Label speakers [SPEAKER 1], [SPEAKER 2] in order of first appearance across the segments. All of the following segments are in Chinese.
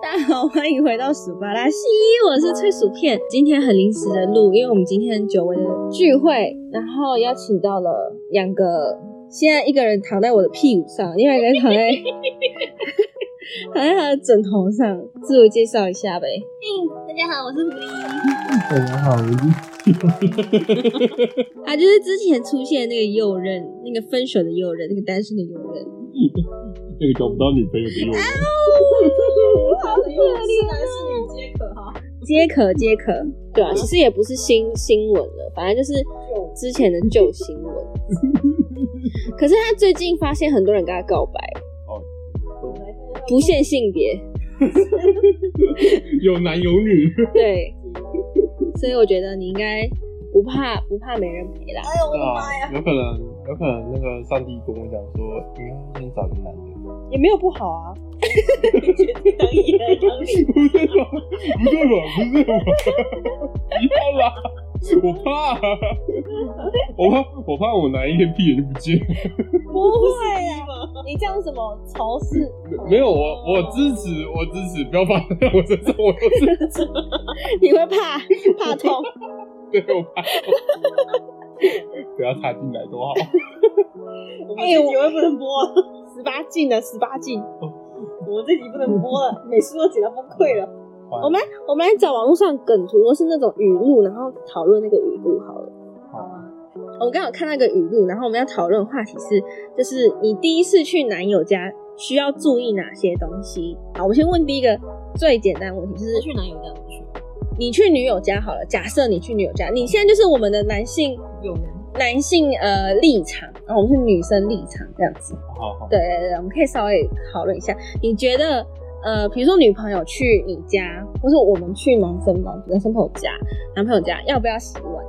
[SPEAKER 1] 大家好，欢迎回到薯巴拉西，我是脆薯片。今天很临时的录，因为我们今天久违的聚会，然后邀请到了两个，现在一个人躺在我的屁股上，另外一个人躺在 躺在他的枕头上。自我介绍一下呗。嗯
[SPEAKER 2] 大家好，我是狐狸。
[SPEAKER 3] 大家好，我是
[SPEAKER 1] 啊，就是之前出现那个右任，那个分手的右任，那个单身的右任。
[SPEAKER 3] 那个找不到女朋友的幼人。
[SPEAKER 1] 好可怜啊
[SPEAKER 2] 男是女皆可哈。
[SPEAKER 1] 皆可皆可，对啊，其实也不是新新闻了，反正就是之前的旧新 闻。可是他最近发现很多人跟他告白，不限性别，
[SPEAKER 3] 有男有女，
[SPEAKER 1] 对，所以我觉得你应该不怕不怕没人 陪啦。
[SPEAKER 2] 哎呦我
[SPEAKER 3] 对
[SPEAKER 2] 的妈呀！
[SPEAKER 3] 啊，有可能，有可能那个上帝跟我讲说，你要先找个男的。
[SPEAKER 1] 也没有不好啊，
[SPEAKER 2] 当野当你，
[SPEAKER 3] 不对吧？不对吧？不对吧？不要啦！我怕，我怕，我怕我哪一天屁眼就不见了。
[SPEAKER 1] 不会啊，
[SPEAKER 2] 吗？
[SPEAKER 1] 你这样什么仇视？
[SPEAKER 3] 没有，我我支持，我支持，不要放在我身上，我都是
[SPEAKER 1] 你会怕怕痛？
[SPEAKER 3] 对我怕。不要插进来多好。
[SPEAKER 2] 我
[SPEAKER 1] 哎我
[SPEAKER 2] 会不能播了，
[SPEAKER 1] 十八禁的十八禁，
[SPEAKER 2] 我们这集不能播
[SPEAKER 1] 哎
[SPEAKER 2] 了，每次都剪到崩溃了。
[SPEAKER 1] 我们我们来找网络上梗图，或是那种语录，然后讨论那个语录好了。我刚好看到一个语录，然后我们要讨论的话题是，就是你第一次去男友家需要注意哪些东西？好，我先问第一个最简单的问题，就是
[SPEAKER 2] 去男友家怎么去？
[SPEAKER 1] 你去女友家好了，假设你去女友家，你现在就是我们的男性
[SPEAKER 2] 有人
[SPEAKER 1] 男性呃立场，然后我们是女生立场这样子。
[SPEAKER 3] 好好
[SPEAKER 1] 对对对，我们可以稍微讨论一下，你觉得呃，比如说女朋友去你家，或是我们去男生男男生朋友家、男朋友家，要不要洗碗？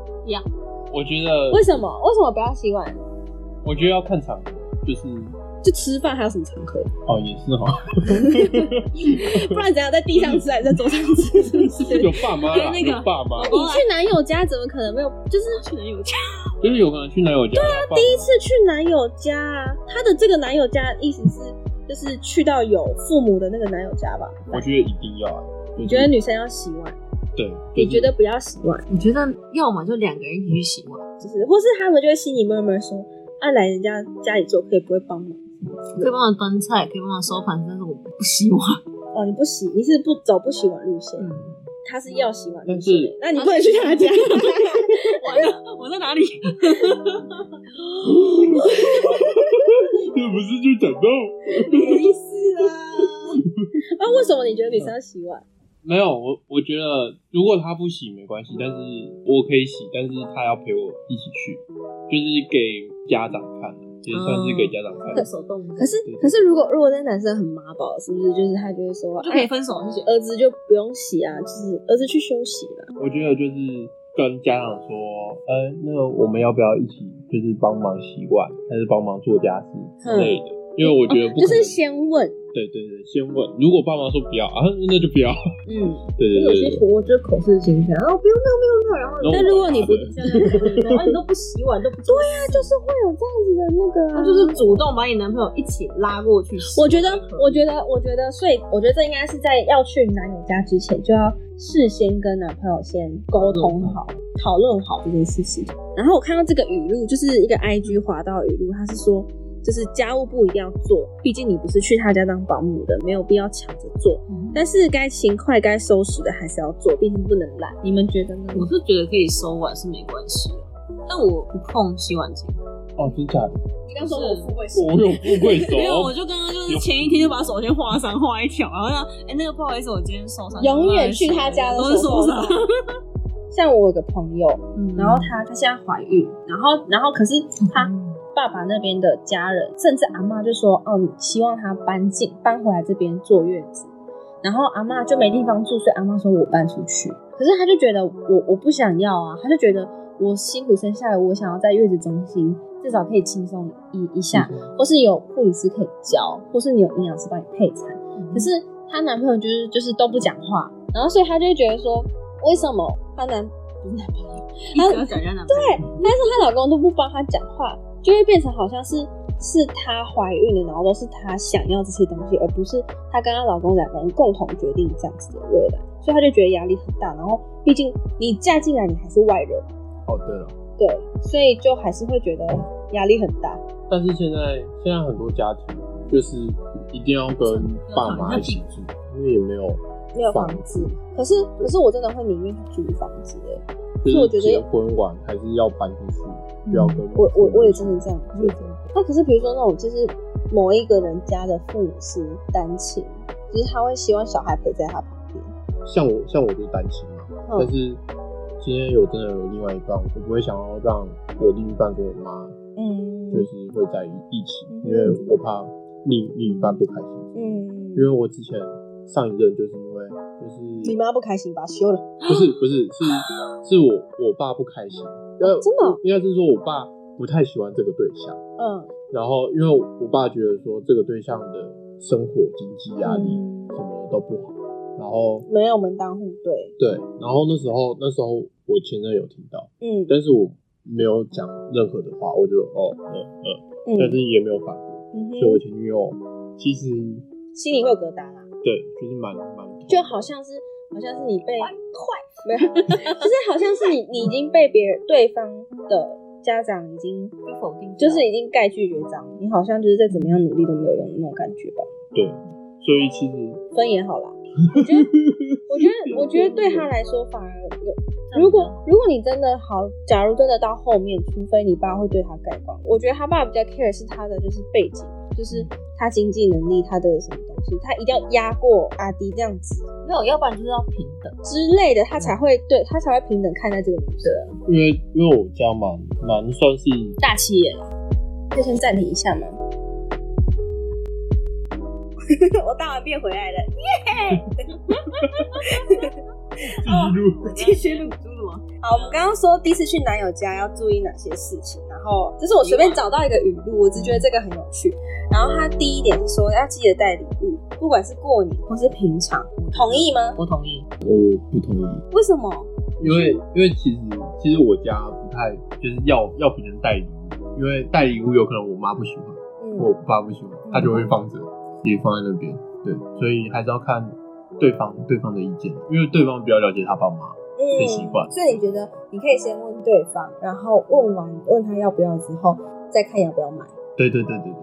[SPEAKER 3] 我觉得
[SPEAKER 1] 为什么？为什么不要洗碗？
[SPEAKER 3] 我觉得要看场合，就是
[SPEAKER 1] 就吃饭还有什么场合？
[SPEAKER 3] 哦，也是哈，
[SPEAKER 1] 不然怎样在地上吃还是在桌上吃？ 是不 是？
[SPEAKER 3] 有爸妈啦，
[SPEAKER 2] 跟那个
[SPEAKER 3] 有爸妈，
[SPEAKER 1] 你去男友家怎么可能没有？就是
[SPEAKER 2] 去男友家，
[SPEAKER 3] 就是有可能去男友家，对啊，
[SPEAKER 1] 第一次去男友家啊，他的这个男友家意思是就是去到有父母的那个男友家吧？
[SPEAKER 3] 我觉得一定要啊，
[SPEAKER 1] 你觉得女生要洗碗？
[SPEAKER 3] 对？
[SPEAKER 1] 你觉得不要洗碗？
[SPEAKER 2] 我觉得要么就两个人一起去洗碗，
[SPEAKER 1] 就是，或是他们就会心里默默说：“啊，来人家家里做客也不会帮忙。
[SPEAKER 2] 可以帮忙端菜，可以帮忙收盘，但是我不洗碗。”
[SPEAKER 1] 哦，你不洗，你是不走不洗碗路线，
[SPEAKER 2] 嗯，
[SPEAKER 1] 他是要洗碗路
[SPEAKER 3] 但
[SPEAKER 1] 线
[SPEAKER 3] 是，哦
[SPEAKER 1] 那你不能去他家。
[SPEAKER 2] 完了，我在哪里？
[SPEAKER 3] 这不是就讲到
[SPEAKER 2] 没 事啦。
[SPEAKER 1] 啊，为什么你觉得女生要洗碗？
[SPEAKER 3] 没有？我我觉得如果他不洗没关系，但是我可以洗，但是他要陪我一起去，就是给家长看的，也算是给家长看
[SPEAKER 1] 嗯
[SPEAKER 3] 的。
[SPEAKER 2] 手动
[SPEAKER 1] 可是，可是如果如果那男生很妈宝，是不是就是他就会说，
[SPEAKER 2] 就可以
[SPEAKER 1] 哎，
[SPEAKER 2] 分手，谢谢。
[SPEAKER 1] 儿子就不用洗啊，就是儿子去休息了。
[SPEAKER 3] 我觉得就是跟家长说，呃，那我们要不要一起就是帮忙洗碗，还是帮忙做家事之类的？因为我觉得
[SPEAKER 1] 嗯啊
[SPEAKER 3] 不可能、
[SPEAKER 1] 就是先问，
[SPEAKER 3] 对对对，先问。如果爸妈说不要啊，那就不要。
[SPEAKER 1] 嗯，
[SPEAKER 3] 对对对对，
[SPEAKER 2] 婆婆就是口是心非，然后不用不用不用不 用，然后
[SPEAKER 1] 但如果你不
[SPEAKER 3] 对
[SPEAKER 2] 这样就讲说啊，你都不洗碗，都不对
[SPEAKER 1] 那
[SPEAKER 2] 呀、
[SPEAKER 1] 就是会有这样子的那个、啊
[SPEAKER 2] 他就是主动把你男朋友一起拉过去洗。
[SPEAKER 1] 我觉得，我觉得，我觉得，所以我觉得这应该是在要去男友家之前，就要事先跟男朋友先沟通好、讨论好这件事情。然后我看到这个语录，就是一个 IG 滑到的语录，他是说，就是家务不一定要做，毕竟你不是去他家当保姆的，没有必要抢着做。
[SPEAKER 2] 嗯，
[SPEAKER 1] 但是该勤快、该收拾的还是要做，毕竟不能懒。你们觉得呢？
[SPEAKER 2] 我是觉得可以收碗是没关系的，但我不碰洗碗巾，
[SPEAKER 3] 哦，真假的？
[SPEAKER 1] 你
[SPEAKER 2] 刚说我富
[SPEAKER 1] 贵
[SPEAKER 3] 我有富贵 手，
[SPEAKER 2] 因为我就刚刚就是前一天就把手先划伤，划一条，然后让哎、那个不好意思，我今天受伤，
[SPEAKER 1] 永远去他家的
[SPEAKER 2] 都是
[SPEAKER 1] 手
[SPEAKER 2] 受伤
[SPEAKER 1] 上。 像我有个朋友，
[SPEAKER 2] 嗯
[SPEAKER 1] 然后她她现在怀孕，然后然后可是她爸爸那边的家人，甚至阿嬷就说，嗯，希望她搬进搬回来这边坐月子，然后阿嬷就没地方住，所以阿嬷说我搬出去，可是她就觉得我我不想要啊，她就觉得我辛苦生下来，我想要在月子中心至少可以轻松一一下，或是有护理师可以教，或是你有营养师帮你配餐。可是她男朋友就是就是都不讲话，然后所以她就会觉得说，为什么她男不是男朋友，
[SPEAKER 2] 一直要找人家男朋
[SPEAKER 4] 对，
[SPEAKER 2] 友，
[SPEAKER 4] 但是她老公都不帮她讲话，就会变成好像是是她怀孕了，然后都是她想要这些东西，而不是她跟她老公两个人共同决定这样子的未来，所以她就觉得压力很大。然后毕竟你嫁进来，你还是外人，
[SPEAKER 3] 哦，对了，
[SPEAKER 4] 对，所以就还是会觉得压力很大。
[SPEAKER 3] 但是现在现在很多家庭就是一定要跟爸妈一起住，因为也没有
[SPEAKER 4] 没有房子，可是可是我真的会宁愿去租房子哎、
[SPEAKER 3] 就
[SPEAKER 4] 所以我
[SPEAKER 3] 是
[SPEAKER 4] 觉得
[SPEAKER 3] 结
[SPEAKER 4] 嗯
[SPEAKER 3] 婚完还是要搬出去，不要跟
[SPEAKER 4] 我我我也真的这样。
[SPEAKER 3] 对对
[SPEAKER 4] 那可是比如说那种就是某一个人家的父母是单亲，就是他会希望小孩陪在他旁边。
[SPEAKER 3] 像我像我就担心嘛，
[SPEAKER 4] 嗯
[SPEAKER 3] 但是今天有真的有另外一半，我不会想要让我另一半跟我妈
[SPEAKER 4] 嗯
[SPEAKER 3] 就是会在一起，
[SPEAKER 4] 嗯
[SPEAKER 3] 因为我怕另另一半不开心。因为
[SPEAKER 4] 嗯，
[SPEAKER 3] 我之前上一任就是因为就是
[SPEAKER 4] 你妈不开心吧？休了，
[SPEAKER 3] 不是不是是是我我爸不开心，要
[SPEAKER 4] 真的哦
[SPEAKER 3] 应该是说我爸不太喜欢这个对象，
[SPEAKER 4] 嗯，
[SPEAKER 3] 然后因为我爸觉得说这个对象的生活经济压力
[SPEAKER 4] 嗯
[SPEAKER 3] 什么的都不好，然后
[SPEAKER 4] 没有门当户对，
[SPEAKER 3] 对，然后那时候那时候我前任有听到，
[SPEAKER 4] 嗯
[SPEAKER 3] 但是我没有讲任何的话，我就哦嗯嗯，
[SPEAKER 4] 嗯
[SPEAKER 3] 但是也没有反驳，
[SPEAKER 4] 嗯
[SPEAKER 3] 所以我
[SPEAKER 4] 哼，
[SPEAKER 3] 前女友其实
[SPEAKER 4] 心里会有疙瘩啦，
[SPEAKER 3] 对就是蛮蛮
[SPEAKER 4] 就好像是好像是你被坏，没有，啊就是好像是你你已经被别人对方的家长已经
[SPEAKER 2] 被否定，
[SPEAKER 4] 就是已经盖拒绝章，你好像就是再怎么样努力都没有用的那种感觉吧。
[SPEAKER 3] 对，所以其实
[SPEAKER 4] 分也好啦，我觉得，我觉得，我觉得对他来说反而有。如果如果你真的好，假如真的到后面，除非你爸会对他改观，我觉得他爸比较 care 是他的就是背景，就是他经济能力，他的什么东西，他一定要压过阿迪这样子
[SPEAKER 1] 没有，要不然就是要平等。
[SPEAKER 4] 之类的，他才会对他才会平等看待这个女生。
[SPEAKER 3] 因为因为我家蛮蛮算是
[SPEAKER 4] 大企业啦，就先暂停一下嘛。 我大完便回来了，
[SPEAKER 3] 记录，
[SPEAKER 2] 继续录猪了吗？
[SPEAKER 4] 好，我们刚刚说第一次去男友家要注意哪些事情，然后这是我随便找到一个语录，我只觉得这个很有趣。然后他第一点是说要记得带礼物，不管是过年或是平常，同意吗？
[SPEAKER 1] 我同意。
[SPEAKER 3] 我不同意，
[SPEAKER 4] 为什么？
[SPEAKER 3] 因为因为其实其实我家不太就是要要别人带礼物，因为带礼物有可能我妈不喜欢，或我
[SPEAKER 4] 嗯，
[SPEAKER 3] 爸不喜欢，他就会放着，也放在那边，对，所以还是要看对方对方的意见，因为对方比较了解他爸妈，
[SPEAKER 4] 嗯
[SPEAKER 3] 很习惯
[SPEAKER 4] 所以你觉得你可以先问对方，然后问完问他要不要之后，再看要不要买。
[SPEAKER 3] 对对对对对，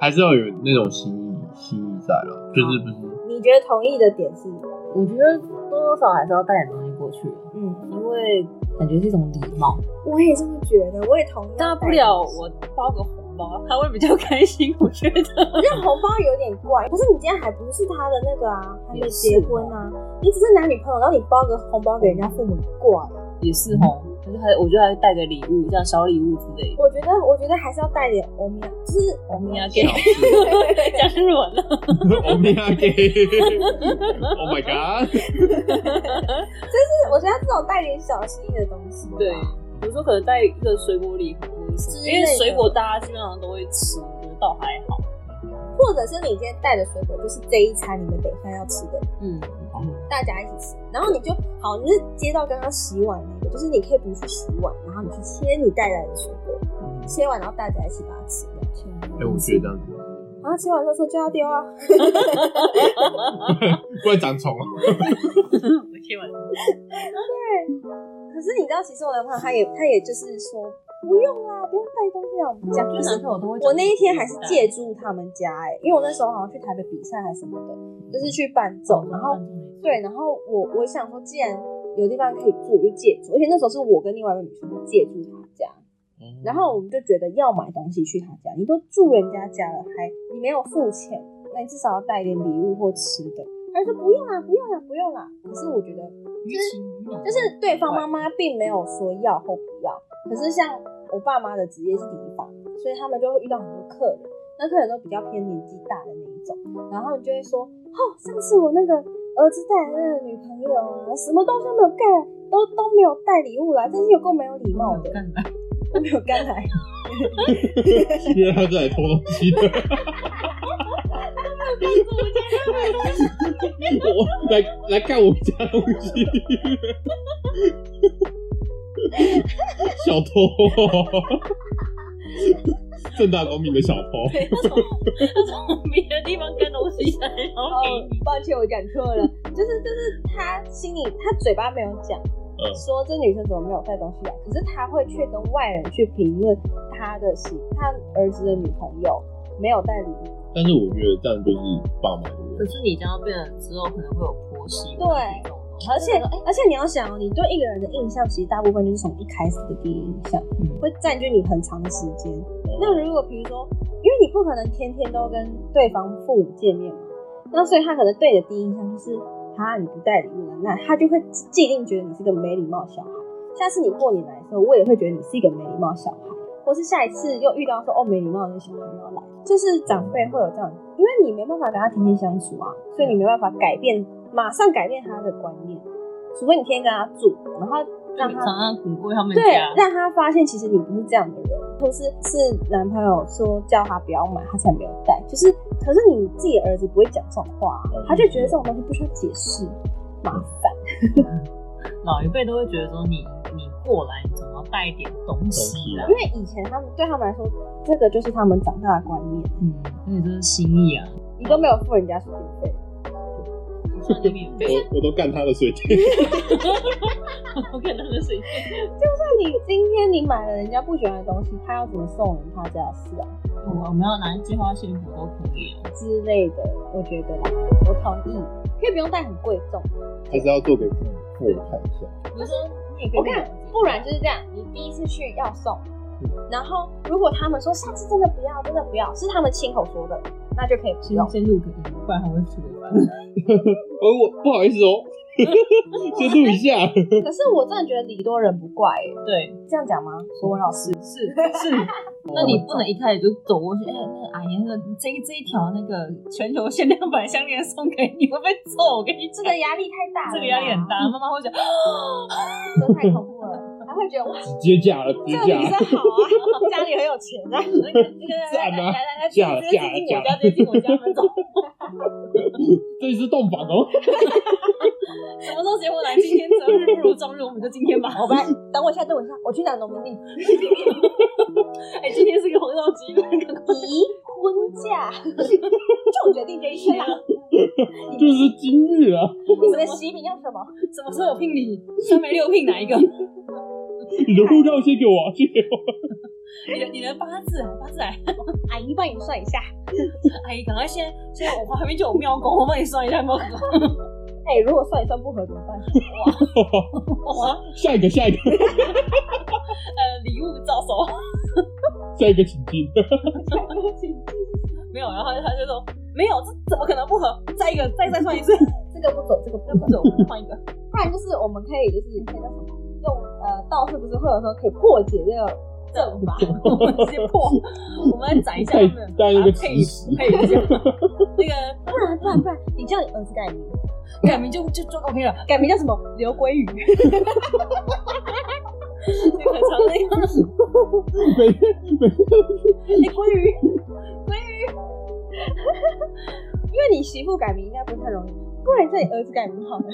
[SPEAKER 3] 还是要有那种心意心意在啦，就是不是
[SPEAKER 4] 你觉得同意的点是？
[SPEAKER 1] 我觉得多多少少还是要带点东西过去，啊
[SPEAKER 4] 嗯，
[SPEAKER 1] 因为感觉是一种礼貌。
[SPEAKER 4] 我也这么觉得，我也同意。啊
[SPEAKER 2] 大不了我包个红包，他会比较开心，我觉得。
[SPEAKER 4] 我觉得红包有点怪，可是你今天还不是他的那个啊，还没结婚啊，你只是男女朋友，然后你包个红包给人家父母怪。
[SPEAKER 1] 也是吼，我就还我觉得还带个礼物，像小礼物之类的。
[SPEAKER 4] 我觉得，我觉得还是要带点欧米亚，就是
[SPEAKER 1] 我们 要给
[SPEAKER 3] 小事
[SPEAKER 1] 讲日文啊了，
[SPEAKER 3] 我们要给，Oh my God，
[SPEAKER 4] 是我觉得这种带点小心意的东西。
[SPEAKER 1] 对，比如说可能带一个水果礼盒或者什
[SPEAKER 4] 之
[SPEAKER 1] 么，
[SPEAKER 4] 类的
[SPEAKER 1] 因为水果大家基本上都会吃，我觉得倒还好。
[SPEAKER 4] 或者是你今天带的水果，就是这一餐你们等一下要吃的，
[SPEAKER 1] 嗯，
[SPEAKER 4] 大家一起吃，然后你就好，你就是接到刚刚洗碗那个，就是你可以不去洗碗，然后你去切你带来的水果，切完然后大家一起把它吃掉。
[SPEAKER 3] 哎、我觉得这样子，
[SPEAKER 4] 然后切完垃圾就要丢啊！
[SPEAKER 3] 不然长虫啊。
[SPEAKER 2] 我听完，
[SPEAKER 4] 可是你知道，其实我男朋友他也他也就是说不用啦，不用带东西啊，我们家
[SPEAKER 1] 就男朋友都会讲。
[SPEAKER 4] 我那一天还是借住他们家哎、因为我那时候好像去台北比赛还是什么的，就是去伴奏，然后对，然后我我想说，既然有地方可以住，我就借住，而且那时候是我跟另外一个女生就借住他家，然后我们就觉得要买东西去他家，你都住人家家了，还你没有付钱，那你至少要带一点礼物或吃的。他就说不用啦，啊不用啦，不用啦。可是我觉得
[SPEAKER 2] 就
[SPEAKER 4] 就是对方妈妈并没有说要或不要，可是像我爸妈的职业是理发，所以他们就会遇到很多客人，那客人都比较偏年纪大的那一种，然后他们就会说，哦，上次我那个儿子带来的那个女朋友啊，什么东西都没有盖，都都没有带礼物来，真是有够没有礼貌的，
[SPEAKER 2] 干的，
[SPEAKER 4] 都没有干 来。
[SPEAKER 3] 因为他在来偷东西 的。我来来看我家东西，小偷，正大光明的小偷。
[SPEAKER 2] 对，他从他从别 的地方跟东西来，然后给
[SPEAKER 4] 哦，抱歉，我讲错了，就是就是他心里他嘴巴没有讲，
[SPEAKER 3] 嗯
[SPEAKER 4] 说这女生怎么没有带东西来，可是他会却跟外人去评论他的媳他儿子的女朋友没有带礼物，
[SPEAKER 3] 但是我觉得这样就是爸妈的问
[SPEAKER 1] 可
[SPEAKER 3] 题。
[SPEAKER 1] 是你这样变成之后，可能会有婆媳
[SPEAKER 4] 对而且、
[SPEAKER 2] 哎
[SPEAKER 1] 哎
[SPEAKER 4] 而且你要想哦，你对一个人的印象其实大部分就是从一开始的第一印象，
[SPEAKER 1] 嗯
[SPEAKER 4] 会占据你很长的时间。那如果比如说，因为你不可能天天都跟对方父母见面嘛，那所以他可能对你的第一印象就是啊你不带礼物了，那他就会既定觉得你是个没礼貌的小孩。下次你过年来的时候，我也会觉得你是一个没礼貌的小孩，或是下一次又遇到说哦没礼貌的小孩又要来，就是长辈会有这样，因为你没办法跟他天天相处啊，所以你没办法改变，马上改变他的观念，除非你天天跟他住，然后让
[SPEAKER 1] 让
[SPEAKER 4] 他
[SPEAKER 1] 常常滚过他们
[SPEAKER 4] 对
[SPEAKER 1] 家，，
[SPEAKER 4] 让他发现其实你不是这样的人，或是是男朋友说叫他不要买，他才没有带。就是，可是你自己的儿子不会讲这种话啊、他就觉得这种东西不需要解释，麻烦。
[SPEAKER 1] 老一辈都会觉得说你你过来，你总要带一点东西啊来
[SPEAKER 4] 因，为以前他们对他们来说，这个就是他们长大的观念，
[SPEAKER 1] 嗯，所以这是心 意啊，
[SPEAKER 4] 你都没有付人家水电费，
[SPEAKER 1] 算你免费，
[SPEAKER 3] 我我都干他的水 电，
[SPEAKER 1] 我看他们水电，
[SPEAKER 4] 那你今天你买了人家不喜欢的东西，他要怎么送人他家的事啊
[SPEAKER 1] 我们要拿计划幸福都可以啊。
[SPEAKER 4] 之类的，我觉得啦，我同意，可以不用带很贵重。
[SPEAKER 3] 还是要做给父母父母看一下。
[SPEAKER 1] 我说你也可以
[SPEAKER 4] 我看，不然就是这样，你第一次去要送，
[SPEAKER 1] 嗯
[SPEAKER 4] 然后如果他们说下次真的不要，真的不要，是他们亲口说的，那就可以不用
[SPEAKER 1] 先。先录个音，不然他会出来。
[SPEAKER 3] 哦，我不好意思 哦，先录一下。
[SPEAKER 4] 可是我真的觉得礼多人不怪、欸，
[SPEAKER 1] 对，
[SPEAKER 4] 这样讲吗？
[SPEAKER 1] 嗯
[SPEAKER 4] 国文老师，
[SPEAKER 1] 是是， 那你不能一开始就走过去，哎、那个阿姨，那个这这一条那个全球限量版项链送给你，会被揍。我跟你
[SPEAKER 4] 这
[SPEAKER 1] 讲，
[SPEAKER 4] 个压力太大了，
[SPEAKER 1] 这嗯个压力很，大，妈妈会讲，
[SPEAKER 4] 这太恐怖了，还会觉得哇，
[SPEAKER 3] 直接嫁了，直
[SPEAKER 4] 这
[SPEAKER 3] 接嫁
[SPEAKER 4] 个女
[SPEAKER 3] 了
[SPEAKER 4] 生。好啊，家里很有钱啊，
[SPEAKER 1] 那个那个来来来来，直接进我家，直接进我家门走。
[SPEAKER 3] 这里是洞房哦，
[SPEAKER 1] 什么时候结婚来？今天择日不如撞日，我们就今天吧。
[SPEAKER 4] 我们来等我一下，等我一下，我去拿农民历，
[SPEAKER 1] 哎、今天是个黄道吉日，
[SPEAKER 4] 离婚假，就决定这一天啦。
[SPEAKER 3] 就是今日啊，
[SPEAKER 4] 你们的喜饼要什么？
[SPEAKER 1] 什么时候有聘礼？三媒六聘哪一个？
[SPEAKER 3] 你的护照先给我，先给我。
[SPEAKER 1] 你的你的八字啊，八字来，
[SPEAKER 4] 阿姨帮你算一下。
[SPEAKER 1] 阿姨，赶快现在现在我旁边就有庙公，我帮你算一下有没有合。
[SPEAKER 4] 哎、如果算一算不合怎么办？
[SPEAKER 1] 啊
[SPEAKER 3] 下一个，下一个，
[SPEAKER 1] 呃，礼物照 收。
[SPEAKER 3] 下一个，请进。
[SPEAKER 1] 没有，然后他就说没有，这怎么可能不合？再一个，再再算一次，
[SPEAKER 4] 这个不准，这个不
[SPEAKER 1] 那
[SPEAKER 4] 准
[SPEAKER 1] 不。准我们换一个。
[SPEAKER 4] 不然就是我们可以就是可以叫什么用呃道士不是会有时候可以破解这个阵法，
[SPEAKER 1] 我们直接 破，我们来宰一下他
[SPEAKER 3] 带
[SPEAKER 1] 们，
[SPEAKER 3] 带那
[SPEAKER 1] 把
[SPEAKER 3] 个
[SPEAKER 1] 它配
[SPEAKER 3] 磁石，
[SPEAKER 1] 配一 下。那个
[SPEAKER 4] 不然不然不然你叫你儿子改名，
[SPEAKER 1] 改名就就就 OK 了，
[SPEAKER 4] 改名叫什么刘鲑 鱼，
[SPEAKER 1] 那个长那个
[SPEAKER 3] 每天每天
[SPEAKER 1] 哎鲑鱼，
[SPEAKER 4] 因为你媳妇改名应该不太容易，不然叫你儿子改名好了，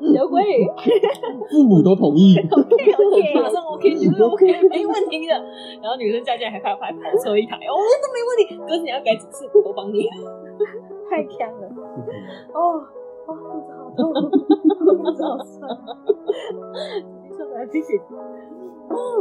[SPEAKER 4] 刘鲑鱼
[SPEAKER 3] 父母都 同意，
[SPEAKER 1] 马
[SPEAKER 4] OK
[SPEAKER 1] 上 OK，绝对 OK，没问题的。然后女生嫁进来还拍还跑车一台，哦，这没问题。哥，你要改几次我都帮你。
[SPEAKER 4] 太强了哦。哦，肚子好痛， 肚子好酸。嗯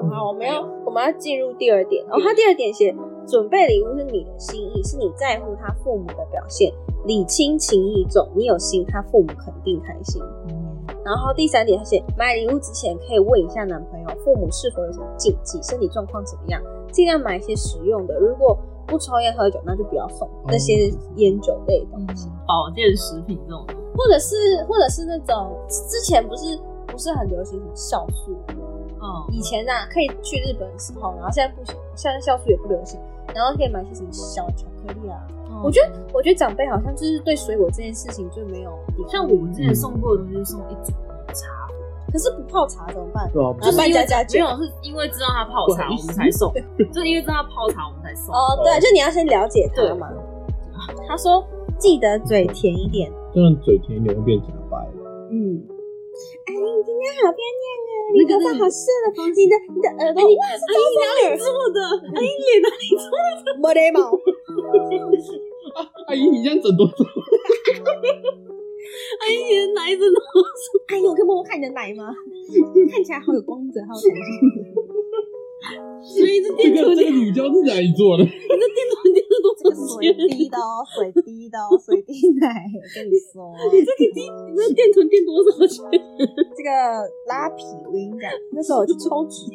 [SPEAKER 4] 好，我们要我们要进入第二点。然、哦、后他第二点写，准备礼物是你的心意，是你在乎他父母的表现，礼轻情意重，你有心，他父母肯定开心。
[SPEAKER 1] 嗯
[SPEAKER 4] 然后第三点，他写买礼物之前可以问一下男朋友父母是否有什么禁忌，身体状况怎么样，尽量买一些实用的。如果不抽烟喝酒，那就不要送那些烟酒类的东西，
[SPEAKER 1] 嗯保健食品这种，
[SPEAKER 4] 或者是或者是那种之前不是不是很流行什么酵素，
[SPEAKER 1] 嗯，
[SPEAKER 4] 以前呐、可以去日本时候，然后现在不行，现在酵素也不流行，然后可以买一些什么小巧克力啊。我觉得，我觉得长辈好像就是对水果这件事情最没有抵抗
[SPEAKER 1] 像我们之
[SPEAKER 4] 嗯
[SPEAKER 1] 前送过的东西，送一组
[SPEAKER 4] 啊
[SPEAKER 1] 茶
[SPEAKER 4] 可是不泡茶怎么办？
[SPEAKER 3] 对啊，
[SPEAKER 4] 然后
[SPEAKER 1] 是
[SPEAKER 4] 半
[SPEAKER 1] 因
[SPEAKER 4] 加
[SPEAKER 1] 为
[SPEAKER 4] 加
[SPEAKER 1] 没
[SPEAKER 4] 酒。
[SPEAKER 1] 有，是因为知道他泡茶，
[SPEAKER 3] 不好
[SPEAKER 1] 我
[SPEAKER 3] 意思
[SPEAKER 1] 们才送，就是因为知道他泡茶，我们才送。
[SPEAKER 4] 哦，对，就你要先了解他嘛。他说记得嘴甜一点。
[SPEAKER 3] 这样嘴甜一点会变假白。
[SPEAKER 4] 嗯。哎，你今天好漂亮啊！你头发好顺了，你的你的耳朵哇是
[SPEAKER 1] 阿姨哪里做的？阿姨脸哪里做？
[SPEAKER 4] 没礼貌。
[SPEAKER 3] 阿姨，哎你这样整多久？
[SPEAKER 1] 阿姨你的奶真的好粗，
[SPEAKER 4] 阿姨，哎我可以摸摸看你的奶吗？看起来好有光泽，好有弹性。
[SPEAKER 1] 所以这
[SPEAKER 3] 这
[SPEAKER 1] 电头
[SPEAKER 3] 个这
[SPEAKER 1] 贴，
[SPEAKER 3] 个乳胶是哪里做的？啊
[SPEAKER 1] 你这电头贴是多
[SPEAKER 4] 这个
[SPEAKER 1] 少
[SPEAKER 4] 水
[SPEAKER 1] 钱？
[SPEAKER 4] 滴的哦，水滴的哦，水滴奶，我跟你说，
[SPEAKER 1] 这个电，你这电臀垫多少钱？
[SPEAKER 4] 这个拉皮，我跟你讲，那时候我去抽脂，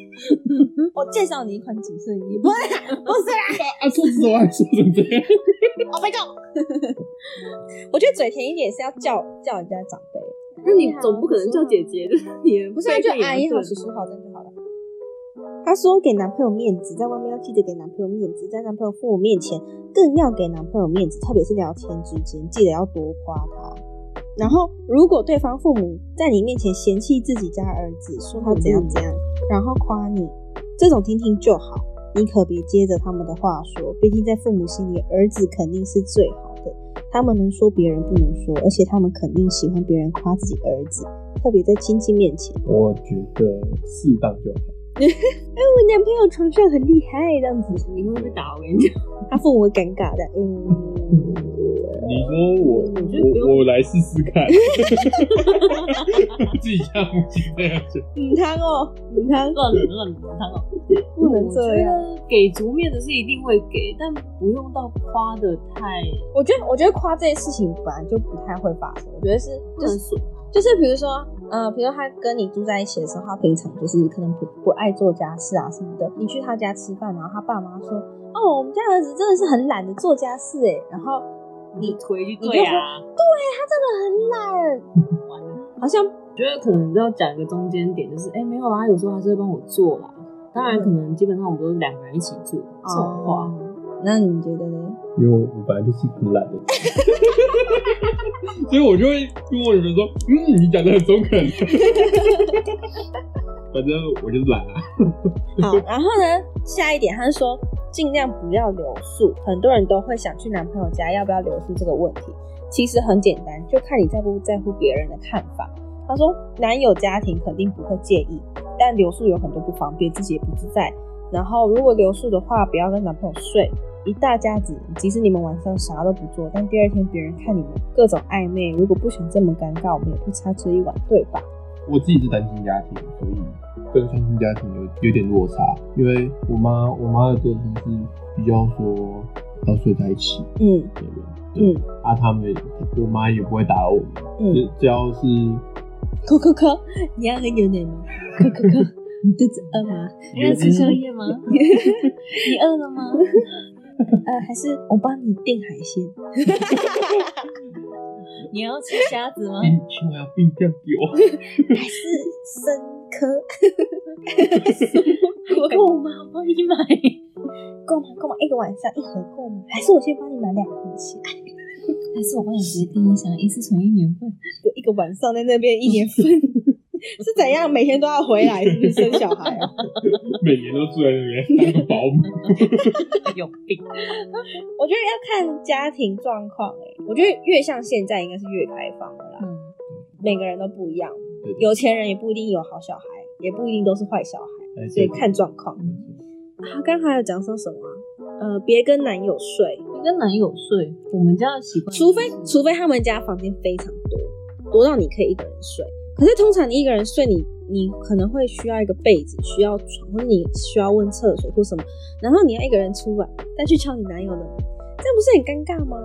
[SPEAKER 4] 我介绍你一款紧身衣，不是啦，不是啦，
[SPEAKER 3] 啊，说实话，说成这样，
[SPEAKER 4] 我被告。我觉得嘴甜一点是要叫叫人家长辈，
[SPEAKER 1] 那你总不可能叫姐姐，就是你
[SPEAKER 4] 不是啊，就阿姨好，叔叔好，这样就好了。她说给男朋友面子，在外面要记得给男朋友面子，在男朋友父母面前更要给男朋友面子，特别是聊天之间，记得要多夸他。然后，如果对方父母在你面前嫌弃自己家儿子，说他怎样怎样，然后夸你，这种听听就好，你可别接着他们的话说，毕竟在父母心里，儿子肯定是最好的，他们能说别人不能说，而且他们肯定喜欢别人夸自己儿子，特别在亲戚面前。
[SPEAKER 3] 我觉得适当就好。
[SPEAKER 4] 我男朋友床上很厉害，这样子，
[SPEAKER 1] 你会不会打我？跟你讲，
[SPEAKER 4] 他父母会尴尬的。嗯，
[SPEAKER 3] 你说我
[SPEAKER 1] 我觉得不用
[SPEAKER 3] 我我来试试看， 自己家母亲这样讲，
[SPEAKER 4] 母汤哦，母汤
[SPEAKER 2] 乱伦乱伦，他老
[SPEAKER 4] 不能这样。。
[SPEAKER 2] 给足面子是一定会给，但不用到夸的太
[SPEAKER 4] 我觉得，我觉得夸这件事情本来就不太会发生。我觉得是，
[SPEAKER 2] 不
[SPEAKER 4] 就
[SPEAKER 2] 能
[SPEAKER 4] 是，
[SPEAKER 2] 损。
[SPEAKER 4] 就是比如说，呃，比如说他跟你住在一起的时候，他平常就是可能不不爱做家事啊什么的。你去他家吃饭，然后他爸妈说，哦，我们家儿子真的是很懒得做家事哎，然后
[SPEAKER 2] 你推就
[SPEAKER 4] 你
[SPEAKER 2] 对
[SPEAKER 4] 就
[SPEAKER 2] 啊，
[SPEAKER 4] 真的很懒，
[SPEAKER 2] 完了。
[SPEAKER 4] 好像
[SPEAKER 2] 我觉得可能要讲一个中间点，就是哎、没有啦，他有时候还是会帮我做啦。当然，可能基本上我们都是两个人一起做这种话。
[SPEAKER 4] 嗯哦。那你觉得呢？
[SPEAKER 3] 因为我本来就是一个很懒的人，所以我就会跟我女朋友说，嗯，你讲的很中肯，反正我就是懒啊。
[SPEAKER 4] 好，然后呢，下一点他是说尽量不要留宿。很多人都会想去男朋友家要不要留宿这个问题，其实很简单，就看你在不在乎别人的看法。他说，男友家庭肯定不会介意，但留宿有很多不方便，自己也不自在。然后如果留宿的话，不要跟男朋友睡。一大家子，即使你们晚上啥都不做，但第二天别人看你们各种暧昧，如果不想这么尴尬，我们也不差这一晚，对吧？
[SPEAKER 3] 我自己是单亲家庭，所以跟双亲家庭有有点落差，因为我妈我妈的个性是比较说要睡在一起
[SPEAKER 4] 嗯
[SPEAKER 3] 的人，对
[SPEAKER 4] 嗯，
[SPEAKER 3] 啊，他们我妈也不会打扰我们，
[SPEAKER 4] 嗯
[SPEAKER 3] 只只要是
[SPEAKER 4] 扣扣扣，你要喝牛奶吗？扣扣扣，你肚子饿吗？
[SPEAKER 2] 你要吃宵夜 吗？你饿了吗？
[SPEAKER 4] 呃，还是我帮你订海 鲜？
[SPEAKER 2] 你要吃虾子吗？
[SPEAKER 3] 冰清要冰掉给我。
[SPEAKER 4] 还是生科？
[SPEAKER 2] 我够吗？我帮你买。
[SPEAKER 4] 够吗？够吗？一个晚上一盒够吗？还是我先帮你买两盒起来？
[SPEAKER 2] 还是我帮你直接订一箱，一次存一年份？
[SPEAKER 4] 就一个晚上在那边一 年份，是怎样？每天都要回来，是不是生小孩 啊？
[SPEAKER 3] 每年都住在那边当个保姆。
[SPEAKER 2] 有病！
[SPEAKER 4] 我觉得要看家庭状况哎、我觉得越像现在应该是越开放的啦。
[SPEAKER 2] 嗯，
[SPEAKER 4] 每个人都不一样
[SPEAKER 3] 对，
[SPEAKER 4] 有钱人也不一定有好小孩，也不一定都是坏小孩，
[SPEAKER 3] 哎
[SPEAKER 4] 所以
[SPEAKER 3] 对
[SPEAKER 4] 看状况。嗯他刚才有讲说什么啊？呃，别跟男友睡，
[SPEAKER 2] 你跟男友睡，我们家的习惯就是，
[SPEAKER 4] 除非除非他们家房间非常多，多到你可以一个人睡。可是通常你一个人睡，你你可能会需要一个被子，需要床，或者你需要问厕所或什么，然后你要一个人出来，再去敲你男友的门，这样不是很尴尬吗？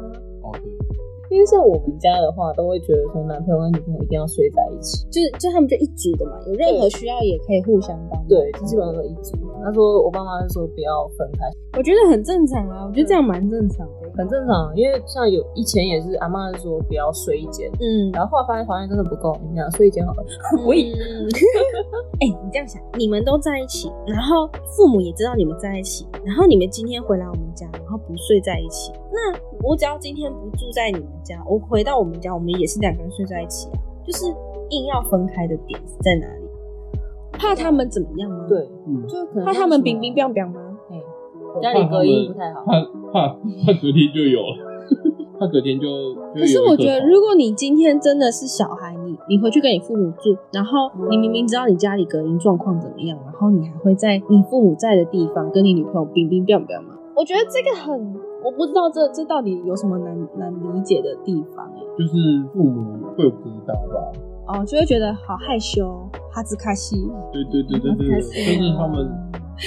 [SPEAKER 3] 哦，对，
[SPEAKER 2] 因为像我们家的话，都会觉得说男朋友跟女朋友一定要睡在一起。
[SPEAKER 4] 就是就他们就一组的嘛，有任何需要也可以互相帮忙。
[SPEAKER 2] 对，就基本上都一组。他说我爸妈就说不要分开，
[SPEAKER 4] 我觉得很正常啊，我觉得这样蛮正常的。
[SPEAKER 2] 很正常。因为像有以前也是阿妈就说不要睡一间，
[SPEAKER 4] 嗯，
[SPEAKER 2] 然后后来发现房间真的不够，你想睡一间好了。我以
[SPEAKER 4] 嗯，哎、你这样想，你们都在一起，然后父母也知道你们在一起，然后你们今天回来我们家，然后不睡在一起，那我只要今天不住在你们家，我回到我们家，我们也是两个人睡在一起啊，就是硬要分开的点是在哪里？怕他们怎么样吗？，
[SPEAKER 2] 对，
[SPEAKER 3] 嗯，
[SPEAKER 2] 就是可能
[SPEAKER 4] 怕他们冰
[SPEAKER 2] 冰
[SPEAKER 4] 冰
[SPEAKER 2] 冰
[SPEAKER 4] 冰冰吗？
[SPEAKER 2] 家里隔音不太好。
[SPEAKER 3] 怕怕怕隔天就有了，怕隔天就。就有
[SPEAKER 4] 可是我
[SPEAKER 3] 一个
[SPEAKER 4] 觉得，
[SPEAKER 3] 好
[SPEAKER 4] 如果你今天真的是小孩，你你你回去跟你父母住，然后你明明知道你家里隔音状况怎么样，然后你还会在你父母在的地方跟你女朋友冰冰彪彪吗？我觉得这个很，我不知道这这到底有什么难难理解的地方哎、
[SPEAKER 3] 就是父母会有疙瘩吧？
[SPEAKER 4] 哦，就会觉得好害羞，哦哈兹卡西，
[SPEAKER 3] 对对对
[SPEAKER 4] 嗯
[SPEAKER 3] 对对，
[SPEAKER 1] 开
[SPEAKER 3] 就
[SPEAKER 1] 心
[SPEAKER 3] 是他们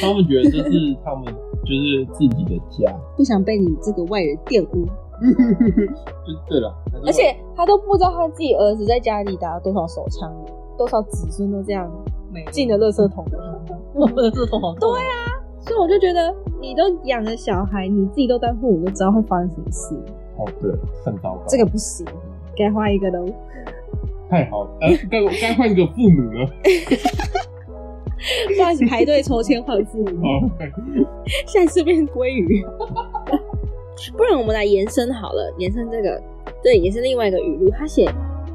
[SPEAKER 3] 他们觉得这是他们就是自己的家，
[SPEAKER 4] 不想被你这个外人玷污。
[SPEAKER 3] 嗯就是对了。还是
[SPEAKER 4] 而且他都不知道他自己儿子在家里打了多少手枪，多少子孙都这样
[SPEAKER 1] 没
[SPEAKER 4] 进了垃圾桶。
[SPEAKER 1] 我
[SPEAKER 2] 啊
[SPEAKER 1] 的这种好痛
[SPEAKER 4] 对所以我就觉得，你都养了小孩，你自己都当父母，都知道会发生什么事，
[SPEAKER 3] 哦，对了，很糟糕。
[SPEAKER 4] 哎这个不行，该换一个喽。
[SPEAKER 3] 太好了，呃，该该换个父母了。
[SPEAKER 4] 不然你排队抽签换父母，
[SPEAKER 3] 哦，
[SPEAKER 4] 下一次变鲑鱼。不然我们来延伸好了，延伸这个，这也是另外一个语录。他写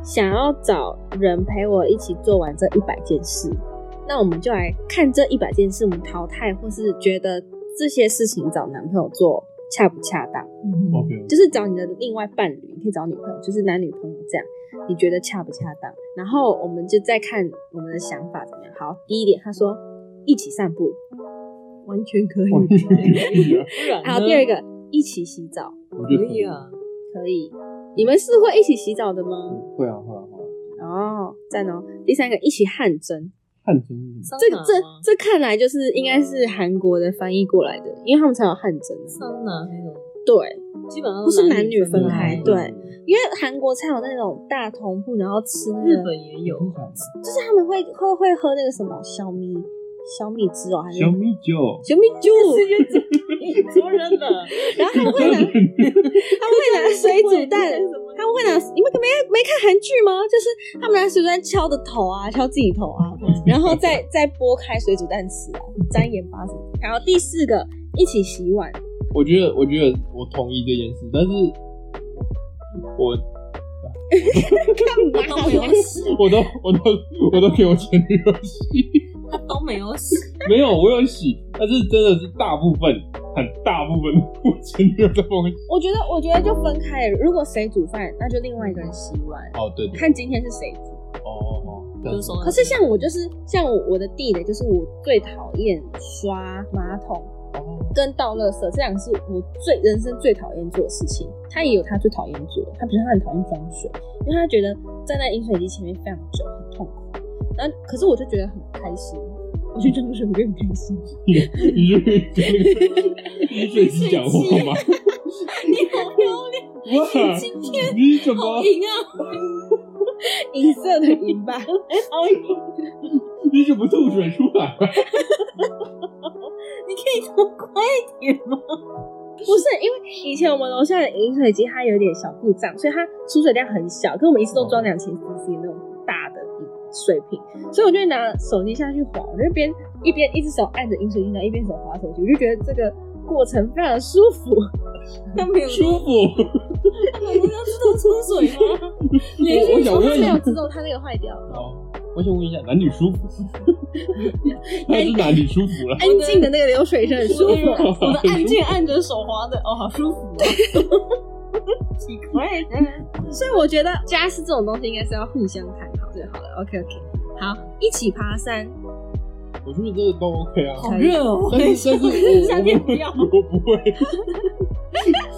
[SPEAKER 4] 想要找人陪我一起做完这一百件事，那我们就来看这一百件事，我们淘汰或是觉得这些事情找男朋友做恰不恰当。
[SPEAKER 3] OK，
[SPEAKER 4] 就是找你的另外伴侣，你可以找女朋友，就是男女朋友这样，你觉得恰不恰当？然后我们就再看我们的想法怎么样。好，第一点，他说一起散步，完全可以。
[SPEAKER 3] 完全可以啊，
[SPEAKER 1] 不然呢
[SPEAKER 4] 好，第二个一起洗澡，
[SPEAKER 3] 我觉得
[SPEAKER 1] 可以啊，
[SPEAKER 4] 可以。你们是会一起洗澡的吗？
[SPEAKER 3] 会啊会啊会啊，
[SPEAKER 4] 哦，赞哦。第三个一起汗蒸，
[SPEAKER 3] 汗蒸是什么
[SPEAKER 4] 这个这
[SPEAKER 1] 桑拿吗
[SPEAKER 4] 这看来就是应该是韩国的翻译过来的，因为他们才有汗蒸啊。
[SPEAKER 1] 桑拿那种，
[SPEAKER 4] 对，
[SPEAKER 1] 基本上都
[SPEAKER 4] 不是男女
[SPEAKER 1] 分
[SPEAKER 4] 分开
[SPEAKER 1] 开，
[SPEAKER 4] 对因为韩国才有那种大同铺，然后吃那
[SPEAKER 1] 日
[SPEAKER 4] 个
[SPEAKER 1] 本也有，
[SPEAKER 4] 就是他们会会会喝那个什么小米小米汁哦，还是
[SPEAKER 3] 小米酒，
[SPEAKER 4] 小米酒，
[SPEAKER 1] 多人了，
[SPEAKER 4] 然后他们会拿他们啊会拿水煮蛋，他们会拿你们没没看韩剧吗？就是他们拿水煮蛋敲的头啊，敲自己头啊，
[SPEAKER 3] 嗯
[SPEAKER 4] 然后 再再剥开水煮蛋吃啊，沾盐巴什么。然后第四个一起洗碗，
[SPEAKER 3] 我觉得，我觉得我同意这件事，但是我
[SPEAKER 1] 都没有洗，
[SPEAKER 3] 我都我都我都给我前女友洗，
[SPEAKER 1] 都没有洗，
[SPEAKER 3] 没有我有洗，但是真的是大部分很大部分我前女友在帮我洗。
[SPEAKER 4] 我觉得我觉得就分开了。如果谁煮饭，那就另外一个人洗碗，
[SPEAKER 3] 哦对对，
[SPEAKER 4] 看今天是谁煮。
[SPEAKER 3] 哦哦，
[SPEAKER 1] 就说
[SPEAKER 4] 可是像我就是像我我的弟弟，就是我最讨厌刷马桶
[SPEAKER 3] 哦
[SPEAKER 4] 跟倒垃圾，这两个是我最人生最讨厌做的事情。他也有他最讨厌做的，他比如他很讨厌装水，因为他觉得站在饮水机前面非常久，很痛苦。然后可是我就觉得很开心，我去装水我就很开心。
[SPEAKER 3] 你你是 你水机讲话吗？
[SPEAKER 1] 你好漂亮，
[SPEAKER 3] 哇，
[SPEAKER 1] 今天
[SPEAKER 3] 你怎么
[SPEAKER 1] 好赢啊！
[SPEAKER 4] 银色的银吧，
[SPEAKER 1] 好赢，
[SPEAKER 3] 你怎么吐水出来
[SPEAKER 1] 嗯
[SPEAKER 3] 了？
[SPEAKER 1] 你可以多快一点吗？
[SPEAKER 4] 不是因为以前我们楼下的饮水机它有点小故障，所以它出水量很小，跟我们一次都装两千 CC 那种大的水瓶，所以我就会拿手机下去滑，我就边一边一只手按着饮水机，然后一边手滑手机，我就觉得这个过程非常舒服。
[SPEAKER 1] 他没有
[SPEAKER 3] 舒服，
[SPEAKER 1] 我们要知道出水吗？
[SPEAKER 3] 我我想
[SPEAKER 4] 它
[SPEAKER 3] 问
[SPEAKER 4] 没
[SPEAKER 3] 一
[SPEAKER 4] 有
[SPEAKER 3] 下，
[SPEAKER 4] 自动，它那个坏掉了，
[SPEAKER 3] 哦，我想问一下，男女舒 服？还是男女舒服了？
[SPEAKER 4] 安静的那个流水声很舒服。
[SPEAKER 1] 我的按键按着手滑的，哦，好舒服、啊。奇怪，
[SPEAKER 4] 所以我觉得家事这种东西应该是要互相谈好最好了。OK OK，好，一起爬山，
[SPEAKER 3] 我觉得这个都 OK 啊。
[SPEAKER 1] 好热哦！
[SPEAKER 3] 但是但是我
[SPEAKER 1] 夏天不要。
[SPEAKER 3] 我不会，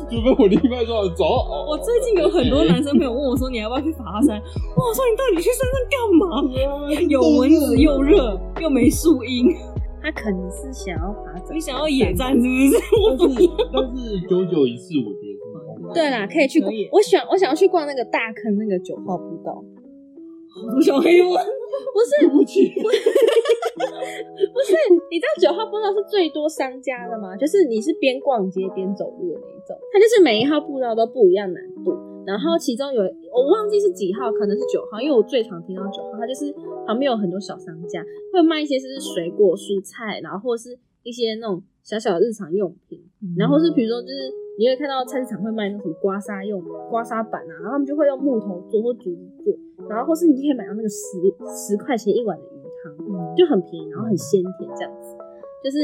[SPEAKER 3] 除非 我另外说走。哦
[SPEAKER 1] 我最近有很多
[SPEAKER 4] 嗯
[SPEAKER 1] 男生朋友问我说：“你要不要去爬山？” 我说：“你到底去山上干嘛？ 有蚊子，又热，又没树荫，
[SPEAKER 4] 他可能是想要爬整
[SPEAKER 1] 你想要野战是不是？”我
[SPEAKER 3] 但
[SPEAKER 1] 不
[SPEAKER 3] 是但是九九一次，我觉得是 OK 的
[SPEAKER 4] 对啦，可以去逛
[SPEAKER 1] 可以。
[SPEAKER 4] 我想我想要去逛那个大坑那个九号步道，
[SPEAKER 1] 不想
[SPEAKER 2] 哦
[SPEAKER 1] 黑我。
[SPEAKER 4] 不是
[SPEAKER 3] 对不起，
[SPEAKER 4] 不是，你知道九号步道是最多商家的吗？就是你是边逛街边走路的那一种，它就是每一号步道都不一样难度。然后其中有我忘记是几号，可能是九号，因为我最常听到九号，它就是旁边有很多小商家会卖一些就是水果、蔬菜，然后或是一些那种小小的日常用品。然后是比如说就是你会看到菜市场会卖那种什么刮痧用刮痧板啊，然后他们就会用木头做或竹子做，然后或是你可以买到那个十十块钱一碗的鱼汤，就很便宜，然后很鲜甜这样子。就是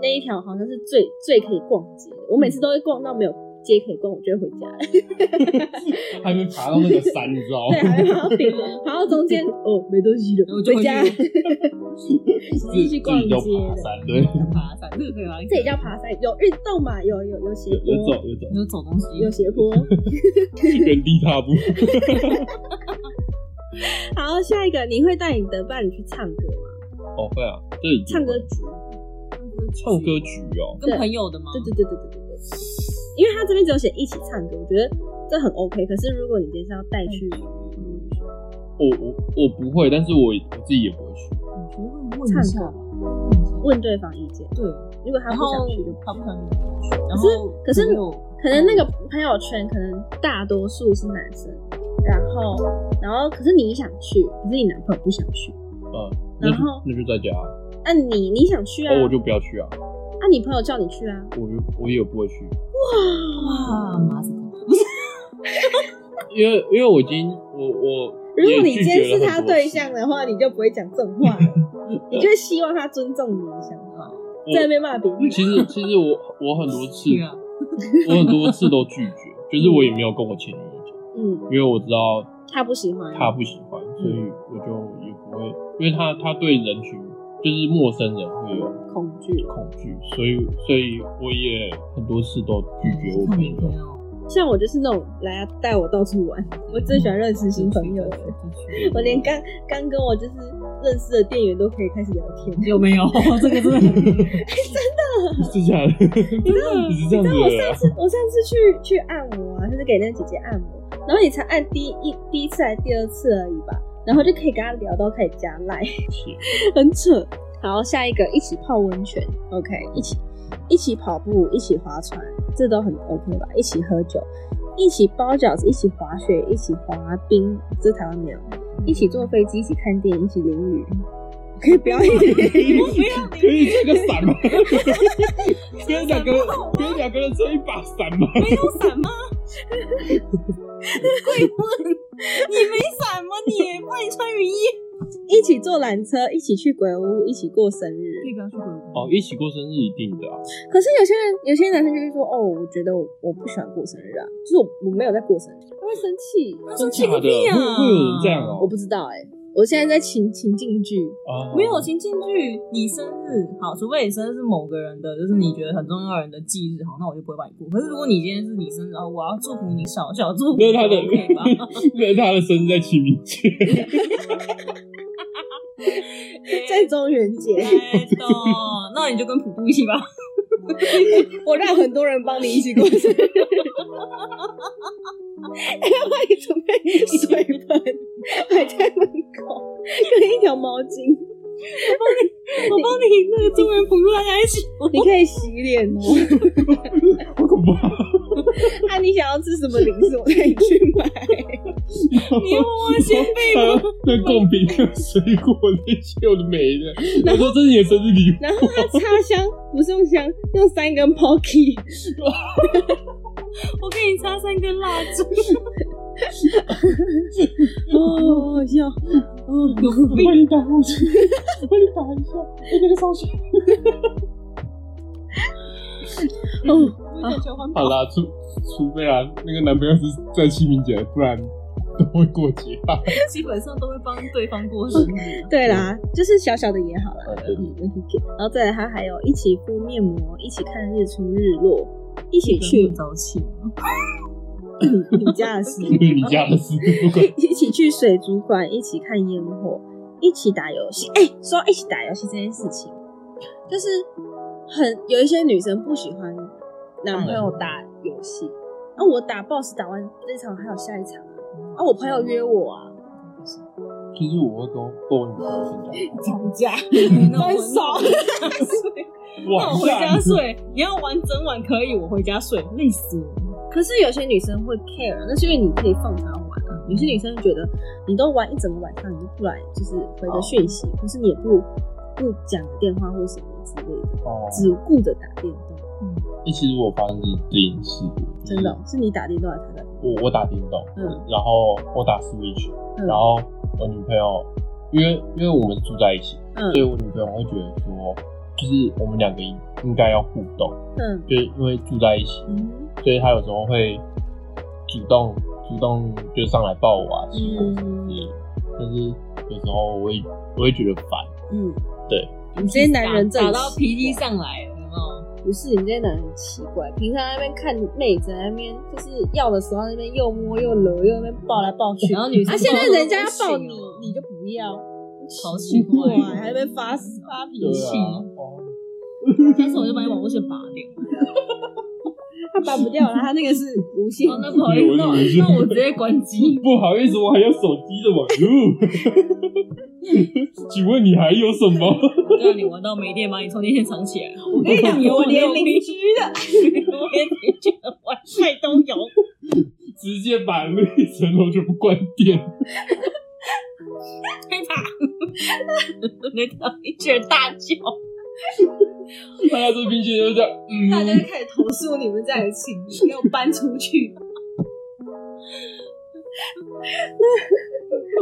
[SPEAKER 4] 那一条好像是最最可以逛街的，我每次都会逛到没有接可以逛，我就会回家了。
[SPEAKER 3] 还没爬到那个山，你知道吗
[SPEAKER 4] 对，？还没爬到顶，爬到中间 哦，没东西了，
[SPEAKER 2] 我就
[SPEAKER 4] 回
[SPEAKER 2] 回
[SPEAKER 4] 家
[SPEAKER 3] 自
[SPEAKER 4] 继
[SPEAKER 3] 己
[SPEAKER 4] 续
[SPEAKER 3] 就
[SPEAKER 4] 逛街
[SPEAKER 3] 爬
[SPEAKER 4] 了。
[SPEAKER 3] 山，对，
[SPEAKER 2] 爬山，这个可以吗？
[SPEAKER 4] 这也叫爬山，有运动嘛？有有有斜
[SPEAKER 3] 有
[SPEAKER 4] 坡，
[SPEAKER 3] 走有走，
[SPEAKER 2] 有走东西，
[SPEAKER 4] 有斜坡。
[SPEAKER 3] 原地踏步。
[SPEAKER 4] 好，下一个，你会带你的伴侣去唱歌吗？
[SPEAKER 3] 哦，会啊，这已经
[SPEAKER 4] 唱歌局，
[SPEAKER 3] 唱歌局哦，
[SPEAKER 2] 跟朋友的吗？
[SPEAKER 4] 对对对对对对对。因为他这边只有写一起唱歌，我觉得这很 OK。可是如果你今天是要带去，
[SPEAKER 3] 我我我不会，但是我我自己也不会去。
[SPEAKER 2] 我觉得会问一下吧，问一下
[SPEAKER 4] 问对方意见，
[SPEAKER 2] 对，
[SPEAKER 4] 如果他
[SPEAKER 2] 然
[SPEAKER 4] 不想
[SPEAKER 2] 后
[SPEAKER 4] 去就不
[SPEAKER 2] 他不想去就不去，然
[SPEAKER 4] 是
[SPEAKER 2] 后
[SPEAKER 4] 可是
[SPEAKER 2] 朋友
[SPEAKER 4] 可能那个朋友圈可能大多数是男生，然后然后可是你想去，可是你男朋友不想去，
[SPEAKER 3] 嗯，那
[SPEAKER 4] 然
[SPEAKER 3] 就
[SPEAKER 4] 后
[SPEAKER 3] 那就在家啊，
[SPEAKER 4] 那、你你想去啊？
[SPEAKER 3] 哦，我就不要去啊，
[SPEAKER 4] 啊，你朋友叫你去啊？
[SPEAKER 3] 我就我也不会去，
[SPEAKER 2] 哇，马斯克
[SPEAKER 3] 因为因为我已经我我
[SPEAKER 4] 如果你
[SPEAKER 3] 也拒绝
[SPEAKER 4] 今天是
[SPEAKER 3] 了
[SPEAKER 4] 他
[SPEAKER 3] 很多
[SPEAKER 4] 对
[SPEAKER 3] 次呃
[SPEAKER 4] 象的话，你就不会讲这种 话了，你就会希望他尊重你的想法，在那边骂别人。
[SPEAKER 3] 其实其实我我很多次
[SPEAKER 2] 去啊，
[SPEAKER 3] 我很多次都拒绝，就是我也没有跟我前女友讲，
[SPEAKER 4] 嗯，
[SPEAKER 3] 因为我知道
[SPEAKER 4] 他不喜欢。嗯
[SPEAKER 3] 她不喜欢，所以我就也不会，因为她她对人群就是陌生人会有
[SPEAKER 4] 恐惧。
[SPEAKER 3] 恐惧，所以所以我也很多次都拒绝我朋
[SPEAKER 2] 看你
[SPEAKER 3] 友。
[SPEAKER 2] 朋友，
[SPEAKER 4] 像我就是那种来啊，带我到处玩，我最喜欢认识新朋友了。我连刚刚跟我就是认识的店员都可以开始聊天。
[SPEAKER 2] 有没有？这个 真的很
[SPEAKER 3] 是这样，
[SPEAKER 4] 你知道
[SPEAKER 3] 你 是这样子
[SPEAKER 4] 嗯你知道我
[SPEAKER 3] 的啊
[SPEAKER 4] 上
[SPEAKER 3] 啦。
[SPEAKER 4] 次我上次去去按摩啊，就是给那个姐姐按摩，然后你才按第一第一次还是第二次而已吧，然后就可以跟她聊到可以加赖， 很扯。好，下一个一起泡温泉，OK，一起一起跑步，一起划船，这都很 OK 吧？一起喝酒，一起包饺子，一起滑雪，一起滑冰，这台湾没有。一起坐飞机，一起看电影，一起淋雨，可以不要一 起
[SPEAKER 2] 不要
[SPEAKER 3] 可以借个伞吗？可以两个人，可以两个人撑一把伞吗？
[SPEAKER 2] 没有伞吗？贵问， 你没伞吗？你不然你穿雨衣。
[SPEAKER 4] 一起坐缆车，一起去鬼屋，一起过生日。
[SPEAKER 2] 以不要去鬼屋
[SPEAKER 3] 哦，一起过生日一定的啊。
[SPEAKER 4] 可是有些人，有些男生就会说，哦，我觉得我我不喜欢过生日啊，就是我我没有在过生日，他会生气。
[SPEAKER 2] 他
[SPEAKER 3] 真
[SPEAKER 2] 生
[SPEAKER 3] 假
[SPEAKER 2] 气
[SPEAKER 3] 的？
[SPEAKER 2] 个
[SPEAKER 3] 会
[SPEAKER 2] 屁啊！
[SPEAKER 3] 会有人这样哦
[SPEAKER 4] 我？不知道哎、我现在在情情境剧，
[SPEAKER 3] 啊
[SPEAKER 2] 没有情境剧，你生日好，除非你生日是某个人的，就是你觉得很重要的人的忌日，好，那我就不会帮你过。可是如果你今天是你生日，然后我要祝福你小小祝福，
[SPEAKER 3] 那他的
[SPEAKER 2] OK 吧？
[SPEAKER 3] 那他的生日在清明节，
[SPEAKER 4] 在中元节，
[SPEAKER 2] 哎懂，那你就跟普布一起吧。
[SPEAKER 4] 我让很多人帮你一起过生日。我帮你准备水盆， 摆在门口，跟一条毛巾。
[SPEAKER 2] 我帮你那个中原普渡大家一起。
[SPEAKER 4] 你可以洗脸哦。
[SPEAKER 3] 好恐怖啊！
[SPEAKER 4] 啊，你想要吃什么零食，我带你去买。
[SPEAKER 2] 你要我先背
[SPEAKER 3] 还有
[SPEAKER 2] 吗？
[SPEAKER 3] 那贡饼、水果那些有的没的，我说这是你的生日礼物，
[SPEAKER 4] 然后他插香不是用香，用三根 Pocky，
[SPEAKER 2] 我给你插三根蜡烛，
[SPEAKER 4] 哦， 好笑，哦，
[SPEAKER 2] 有病。
[SPEAKER 3] 帮你打过去，帮你打一下，哎，那个烧香。
[SPEAKER 4] 哦，
[SPEAKER 2] 我想求环保
[SPEAKER 3] 好。啦，除除非啊，那个男朋友是在清明节，不然都会过节啊。
[SPEAKER 2] 基本上都会帮对方过生日。
[SPEAKER 4] 对啦，就是小小的也好啦。
[SPEAKER 3] 嗯对
[SPEAKER 4] 嗯，OK。然后再来，他还有一起敷面膜，一起看日出日落，一起去
[SPEAKER 2] 早起，
[SPEAKER 3] 嗯
[SPEAKER 4] 你家的事，
[SPEAKER 3] 因为你家的事不管。
[SPEAKER 4] 一起去水族馆，一起看烟火，一起打游戏。哎、说到一起打游戏这件事情，就是很有一些女生不喜欢男朋
[SPEAKER 3] 嗯
[SPEAKER 4] 友打游戏。啊，我打 BOSS 打完这场还有下一场啊，啊我朋友约我啊，
[SPEAKER 3] 其实我会跟我跟我女朋友睡觉，
[SPEAKER 2] 吵架，分
[SPEAKER 4] 分手
[SPEAKER 2] 那我回
[SPEAKER 3] 晚
[SPEAKER 2] 家
[SPEAKER 3] 上
[SPEAKER 2] 睡，你要玩整晚可以，我回家睡，累死我。
[SPEAKER 4] 可是有些女生会 care，那是因为你可以放她玩啊。有些女生觉得你都玩一整个晚上，你就不来就是回个讯息，或是你也不不讲个电话或什么之类的，
[SPEAKER 3] 哦，
[SPEAKER 4] 只顾着打电动。
[SPEAKER 3] 欸其实我发生是这件事，
[SPEAKER 4] 真的哦、是你打电动还是他打电动？
[SPEAKER 3] 我我打电动，
[SPEAKER 4] 嗯
[SPEAKER 3] 然后我打 Switch，
[SPEAKER 4] 嗯
[SPEAKER 3] 然后我女朋友，因为因为我们是住在一起，
[SPEAKER 4] 嗯
[SPEAKER 3] 所以我女朋友会觉得说，就是我们两个应该要互动，
[SPEAKER 4] 嗯
[SPEAKER 3] 就是因为住在一起，
[SPEAKER 4] 嗯
[SPEAKER 3] 所以他有时候会主动主动就上来抱我啊，亲
[SPEAKER 4] 嗯
[SPEAKER 3] 我什么之类的。但是有时候我会我会觉得烦，
[SPEAKER 4] 嗯，
[SPEAKER 3] 对，
[SPEAKER 4] 你这些男人真
[SPEAKER 2] 打
[SPEAKER 4] 的
[SPEAKER 2] 到脾气上来了，有没有？
[SPEAKER 4] 不是你这些男人很奇怪，平常在那边看妹子，在那边就是要的时候在那边又摸又搂，又在那边抱来抱去。
[SPEAKER 2] 然后女生
[SPEAKER 4] 啊，现在人家要抱 你
[SPEAKER 2] 不行哦，
[SPEAKER 4] 你就不要，
[SPEAKER 2] 好奇怪
[SPEAKER 4] 哇，还在那边发发脾
[SPEAKER 3] 对
[SPEAKER 4] 气，
[SPEAKER 3] 啊，哦
[SPEAKER 2] 下次我就把你网络线拔掉。
[SPEAKER 4] 他拔不 掉了，他那个是无线
[SPEAKER 2] 哦，那不好意思，那我那我直接关机。
[SPEAKER 3] 不好意思，我还有手机的网络。 请问你还有什么？
[SPEAKER 2] 对啊，你玩到没电，把你充电线藏起来。我
[SPEAKER 1] 跟你讲，我连邻居的
[SPEAKER 2] 我连邻居的 WiFi 都 有。
[SPEAKER 3] 直接把那层楼全部关掉。
[SPEAKER 2] 害怕， 那条一直大叫。
[SPEAKER 3] 大家这边现在就这样，嗯，
[SPEAKER 1] 大家就开始投诉你们这样的情侣，要搬出去。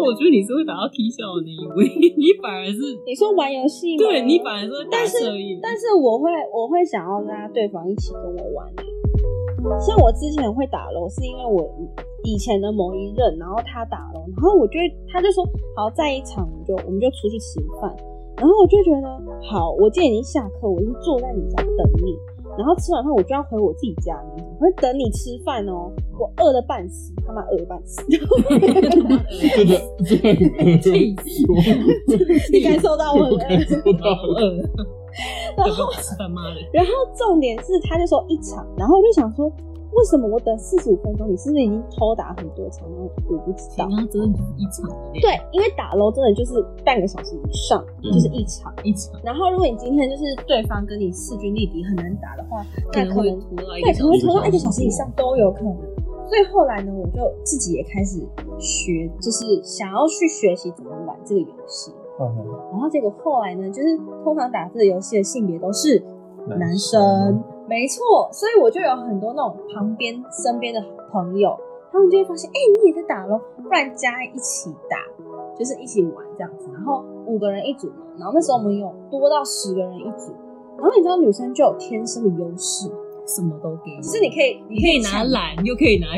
[SPEAKER 2] 我觉得你是会打到踢笑的那一位， 你反而是
[SPEAKER 4] 你说玩游戏吗？
[SPEAKER 2] 对你反而是会打
[SPEAKER 4] 但是
[SPEAKER 2] 色眼。
[SPEAKER 4] 但是我会我会想要拉对方一起跟我玩。像我之前会打龙，是因为我以前的某一任，然后他打龙，然后我就会他就说好，在一场我们就我们就出去吃饭，然后我就觉得好，我今天已经下课，我已经坐在你家等你，然后吃完饭我就要回我自己家，你我会等你吃饭哦，我饿的半死，他妈饿的 半死，
[SPEAKER 3] 真的真的很恶
[SPEAKER 2] 气
[SPEAKER 3] 我
[SPEAKER 4] 你感受到我
[SPEAKER 3] 我
[SPEAKER 4] 很饿
[SPEAKER 3] 感受到
[SPEAKER 2] 好
[SPEAKER 3] 了，
[SPEAKER 2] 饿，
[SPEAKER 4] 然
[SPEAKER 2] 要不要吃饭妈的？
[SPEAKER 4] 然后重点是，他就说一场，然后我就想说，为什么我等四十五分钟，你是不是已经偷打很多场？然后我不知道
[SPEAKER 2] 然。后真的就是一场的那
[SPEAKER 4] 对，因为打楼真的就是半个小时以上，
[SPEAKER 3] 对
[SPEAKER 4] 就是一场。
[SPEAKER 2] 一场，
[SPEAKER 4] 然后如果你今天就是对方跟你势均力敌，很难打的话，那可
[SPEAKER 2] 会
[SPEAKER 4] 能
[SPEAKER 2] 拖到一
[SPEAKER 4] 对，
[SPEAKER 2] 个
[SPEAKER 4] 可能会
[SPEAKER 2] 小时
[SPEAKER 4] 拖到一个小时以上都有可能。所以后来呢，我就自己也开始学，就是想要去学习怎么玩这个游戏。然后结果后来呢，就是通常打这个游戏的性别都是男生，没错，所以我就有很多那种旁边身边的朋友，他们就会发现，哎、你也在打咯，不然加在一起打，就是一起玩这样子。然后五个人一组嘛，然后那时候我们有多到十个人一组，然后你知道女生就有天生的优势，
[SPEAKER 2] 什么都给你，
[SPEAKER 4] 就是你可以，
[SPEAKER 2] 你可以拿
[SPEAKER 4] 抢
[SPEAKER 2] 懒，又可以拿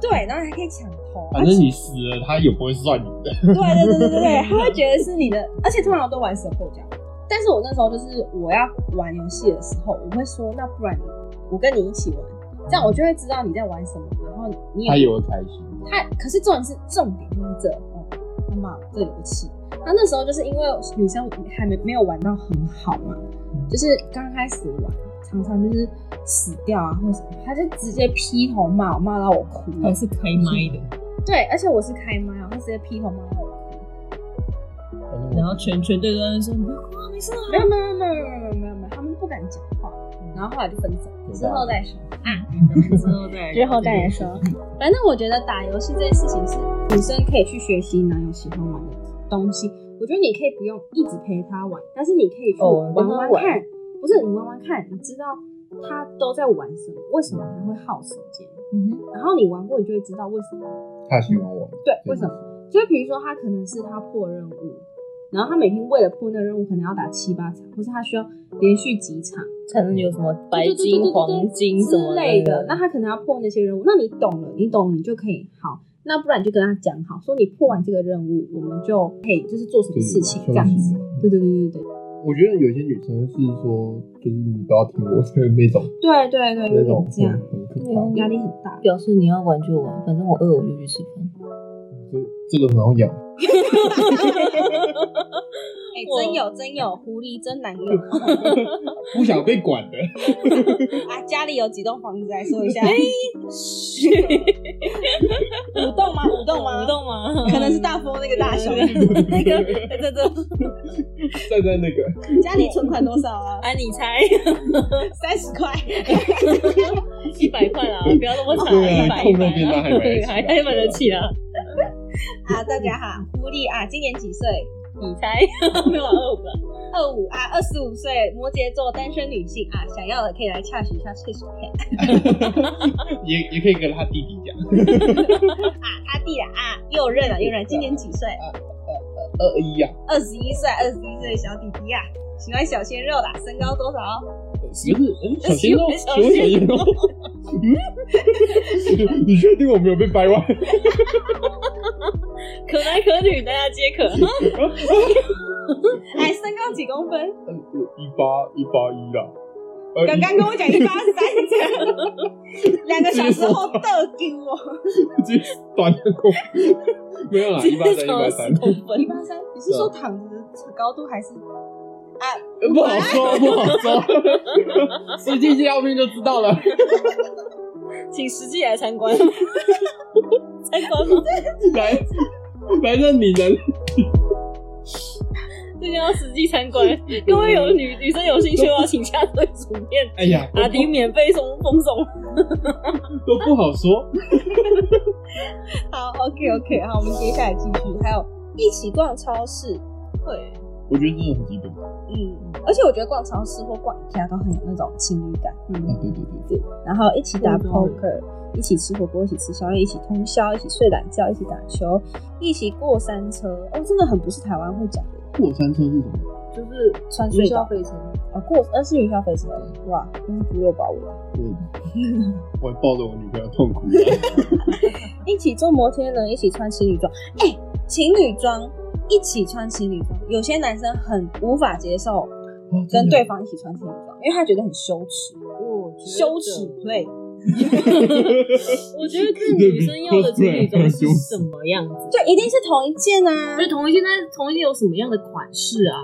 [SPEAKER 4] 对，然后还可以抢头，
[SPEAKER 3] 反正你死了，他也不会算你的。
[SPEAKER 4] 对对对对对对，他会觉得是你的，而且通常都玩神后脚。但是我那时候就是我要玩游戏的时候，我会说，那不然你我跟你一起玩，这样我就会知道你在玩什么，然后你
[SPEAKER 3] 他
[SPEAKER 4] 也
[SPEAKER 3] 也会开心。
[SPEAKER 4] 他可是重点是重点就是这哦，他妈这里有气。他那时候就是因为女生还没没有玩到很好嘛，就是刚开始玩，常常就是死掉啊或什么，他就直接劈头骂我，骂到我哭了
[SPEAKER 2] 还。哦是开麦的，
[SPEAKER 4] 对，而且我是开麦哦，他直接劈头骂到我哭。
[SPEAKER 2] 然后全全队都在那说你不要哭啊，没 事啊，
[SPEAKER 4] 没有没有没有没有没有没有没有，他们不敢讲话，然后后来就分手，之后再说，
[SPEAKER 2] 之后再
[SPEAKER 4] 之后再来说。反正我觉得打游戏这件事情是女生可以去学习男友喜欢玩的东西，我觉得你可以不用一直陪他玩，但是你可以去
[SPEAKER 2] 偶尔
[SPEAKER 4] 玩
[SPEAKER 2] 跟他
[SPEAKER 4] 玩
[SPEAKER 2] 玩
[SPEAKER 4] 看，不是你玩玩看，你知道他都在玩什么，为什么他会耗时间，
[SPEAKER 2] 嗯哼，
[SPEAKER 4] 然后你玩过你就会知道为什么。
[SPEAKER 3] 他喜欢我，
[SPEAKER 4] 对，为什么？就是比如说他可能是他破任务，然后他每天为了破那个任务，可能要打七八场，或是他需要连续几场，
[SPEAKER 2] 才能有什么白
[SPEAKER 4] 对对对对对
[SPEAKER 2] 金、黄金什么
[SPEAKER 4] 之类
[SPEAKER 2] 的
[SPEAKER 4] 的。。那他可能要破那些任务，那你懂了，你懂了，你就可以好。那不然你就跟他讲好，说你破完这个任务，我们就可以就是做什么事情这样子。对对对对
[SPEAKER 3] 我觉得有些女生是说，就是你不要听我的那种，
[SPEAKER 4] 对对对对，
[SPEAKER 3] 那
[SPEAKER 4] 有
[SPEAKER 3] 种
[SPEAKER 4] 点这样，
[SPEAKER 3] 很可怕。
[SPEAKER 4] 压力很大。
[SPEAKER 1] 表示你要玩就玩，反正我饿我就去吃饭。
[SPEAKER 3] 这这个很好养，
[SPEAKER 4] 哎、
[SPEAKER 2] 我
[SPEAKER 4] 真有真有，狐狸真难用
[SPEAKER 3] 不想被管的。
[SPEAKER 4] 啊！家里有哎几栋房子来说一下，五栋吗？五栋吗？
[SPEAKER 2] 不动吗？
[SPEAKER 4] 可能是大风那个大小。
[SPEAKER 2] 那个，这这，
[SPEAKER 3] 站在那个，
[SPEAKER 4] 家里存款多少啊？
[SPEAKER 2] 哎，你 猜
[SPEAKER 4] 三十块。
[SPEAKER 2] 一百块 啦，不要那么惨，
[SPEAKER 3] 对啊
[SPEAKER 2] 一百
[SPEAKER 3] 空肉便当还买得起
[SPEAKER 2] 还 还买得起啦。
[SPEAKER 4] 啊，大家好，狐狸啊，今年几岁？
[SPEAKER 2] 你猜没有二五了，
[SPEAKER 4] 二五啊，二十五岁，摩羯座单身女性啊，想要的可以来洽询一下脆薯片
[SPEAKER 3] 也也可以跟他弟弟讲，
[SPEAKER 4] 阿弟啊，啊，又认了又认，今年几岁？
[SPEAKER 3] 二一呀，
[SPEAKER 4] 二十一岁，二十一岁的小弟弟啊，喜欢小鲜肉啦，身高多少？
[SPEAKER 3] 不是，
[SPEAKER 4] 嗯
[SPEAKER 3] 哎，小鲜肉，请问小 鲜肉，嗯， 你确定我没有被掰弯？
[SPEAKER 4] 可男可女，大家皆 可。哎，身高几公分？
[SPEAKER 3] 呃一八一八一啦，呃
[SPEAKER 4] 刚刚跟我讲一八三这样，两个小时后逗丢我。
[SPEAKER 3] 一直短的公， 没有啦，一八三一八三，
[SPEAKER 2] 公分
[SPEAKER 4] 一八三，你是说躺着的高度还是？
[SPEAKER 3] 呃 不好 说，不好说，实际纪要片就知道了。
[SPEAKER 4] 请实际来参 观，参观吗？
[SPEAKER 3] 来，反正你能，
[SPEAKER 4] 这个要实际参观。各位有女女生有兴趣的话，请加对主片。
[SPEAKER 3] 哎呀，
[SPEAKER 4] 阿迪免费送风送。
[SPEAKER 3] 都不好说。
[SPEAKER 4] 好，OK OK，好，我们接下来继续，还有一起逛超市，
[SPEAKER 2] 对，
[SPEAKER 3] 我觉得真的很基本。啊
[SPEAKER 4] 嗯，而且我觉得逛超市或逛宜家都很有那种情侣感，
[SPEAKER 3] 啊，对对对，
[SPEAKER 4] 然后一起打
[SPEAKER 2] 对对
[SPEAKER 4] poker，一起吃火锅，一起吃宵夜，一起通宵，一起睡懒觉，一起打球，一起过山车，哦，真的很不是台湾会讲的
[SPEAKER 3] 过山车是什 么？
[SPEAKER 2] 就是
[SPEAKER 4] 穿
[SPEAKER 2] 云
[SPEAKER 4] 隧
[SPEAKER 2] 霄
[SPEAKER 4] 道
[SPEAKER 2] 飞车，
[SPEAKER 4] 啊，过那是云霄飞车，哇，那是孤肉保我，
[SPEAKER 3] 我我还抱着我女朋友痛 哭了。
[SPEAKER 4] 一起坐摩天轮，一起穿情侣装，哎、情侣装。一起穿情侣装，有些男生很无法接受
[SPEAKER 3] 哦
[SPEAKER 4] 跟
[SPEAKER 3] 真的
[SPEAKER 4] 对方一起穿情侣装，因为他觉得很羞耻，
[SPEAKER 2] 我
[SPEAKER 4] 羞耻 play。
[SPEAKER 2] 我觉得看女生要的情侣装是什么样子，
[SPEAKER 4] 就一定是同一件啊
[SPEAKER 2] 就。同一件，但是同一件有什么样的款式啊？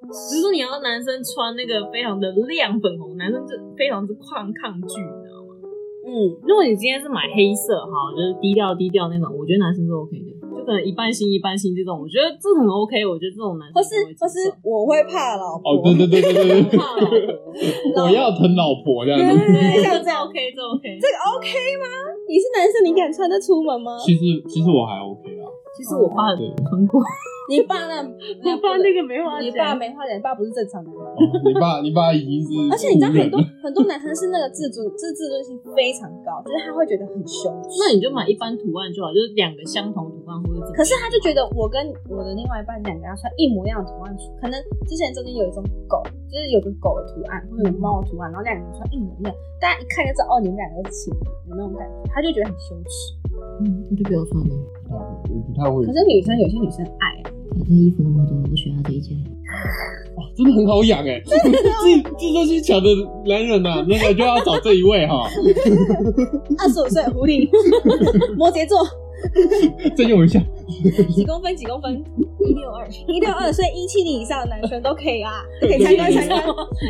[SPEAKER 2] 比如说你要男生穿那个非常的亮粉红，男生就非常之抗抗拒，你知道吗？
[SPEAKER 4] 嗯，
[SPEAKER 2] 如果你今天是买黑色哈，就是低调低调那种，我觉得男生是 OK 的，就可能一半心一半心这种，我觉得这很 OK，我觉得这种男生
[SPEAKER 4] 或是或是我会怕老 婆，
[SPEAKER 3] 哦，对对对对对
[SPEAKER 2] 不
[SPEAKER 3] 对，
[SPEAKER 2] 怕
[SPEAKER 3] 我
[SPEAKER 2] 老婆，
[SPEAKER 3] 要疼老婆这样
[SPEAKER 4] 对
[SPEAKER 3] 子。
[SPEAKER 4] 对对，像
[SPEAKER 2] 像 这
[SPEAKER 4] 这样
[SPEAKER 2] OK 这 OK，
[SPEAKER 4] OK 吗？你是男生，你敢穿得出门吗？
[SPEAKER 3] 其实其实我还 OK 啊啦，
[SPEAKER 2] 其实我爸很穿过，
[SPEAKER 4] 你爸那，
[SPEAKER 2] 我爸那个没 话
[SPEAKER 4] 你
[SPEAKER 2] 讲，
[SPEAKER 4] 爸没话讲，你爸不是正常的人。
[SPEAKER 3] 哦你爸你爸已经是
[SPEAKER 4] 而且你知道
[SPEAKER 3] 路人
[SPEAKER 4] 很多
[SPEAKER 3] 了
[SPEAKER 4] 很多男生是那个自尊，自自尊心非常高，就是他会觉得很羞耻。
[SPEAKER 2] 那你就买一般图案就好，就是两个相同图案或者怎么样
[SPEAKER 4] 可是他就觉得我跟我的另外一半两个要穿一模一样的图案，可能之前中间有一种狗，就是有个狗的图案或者有猫的图案，然后两个人穿一模一样，大家一看就知道哦，你们两个是情侣的那种感觉，他就觉得很羞耻。
[SPEAKER 1] 嗯，那就不要穿了，
[SPEAKER 3] 啊我不太会
[SPEAKER 4] 可，是女生有些女生爱啊，
[SPEAKER 1] 反正衣服那么多，我选他这一件。
[SPEAKER 3] 哇真的很好养哎，自自尊心强的男人呐，那个就要找这一位哈。
[SPEAKER 4] 二十五岁狐狸，摩羯座，
[SPEAKER 3] 再用一下，
[SPEAKER 4] 几公分几公分，一六二， 一六二，所以一七零以上的男生都可以啊，都可以参观参观，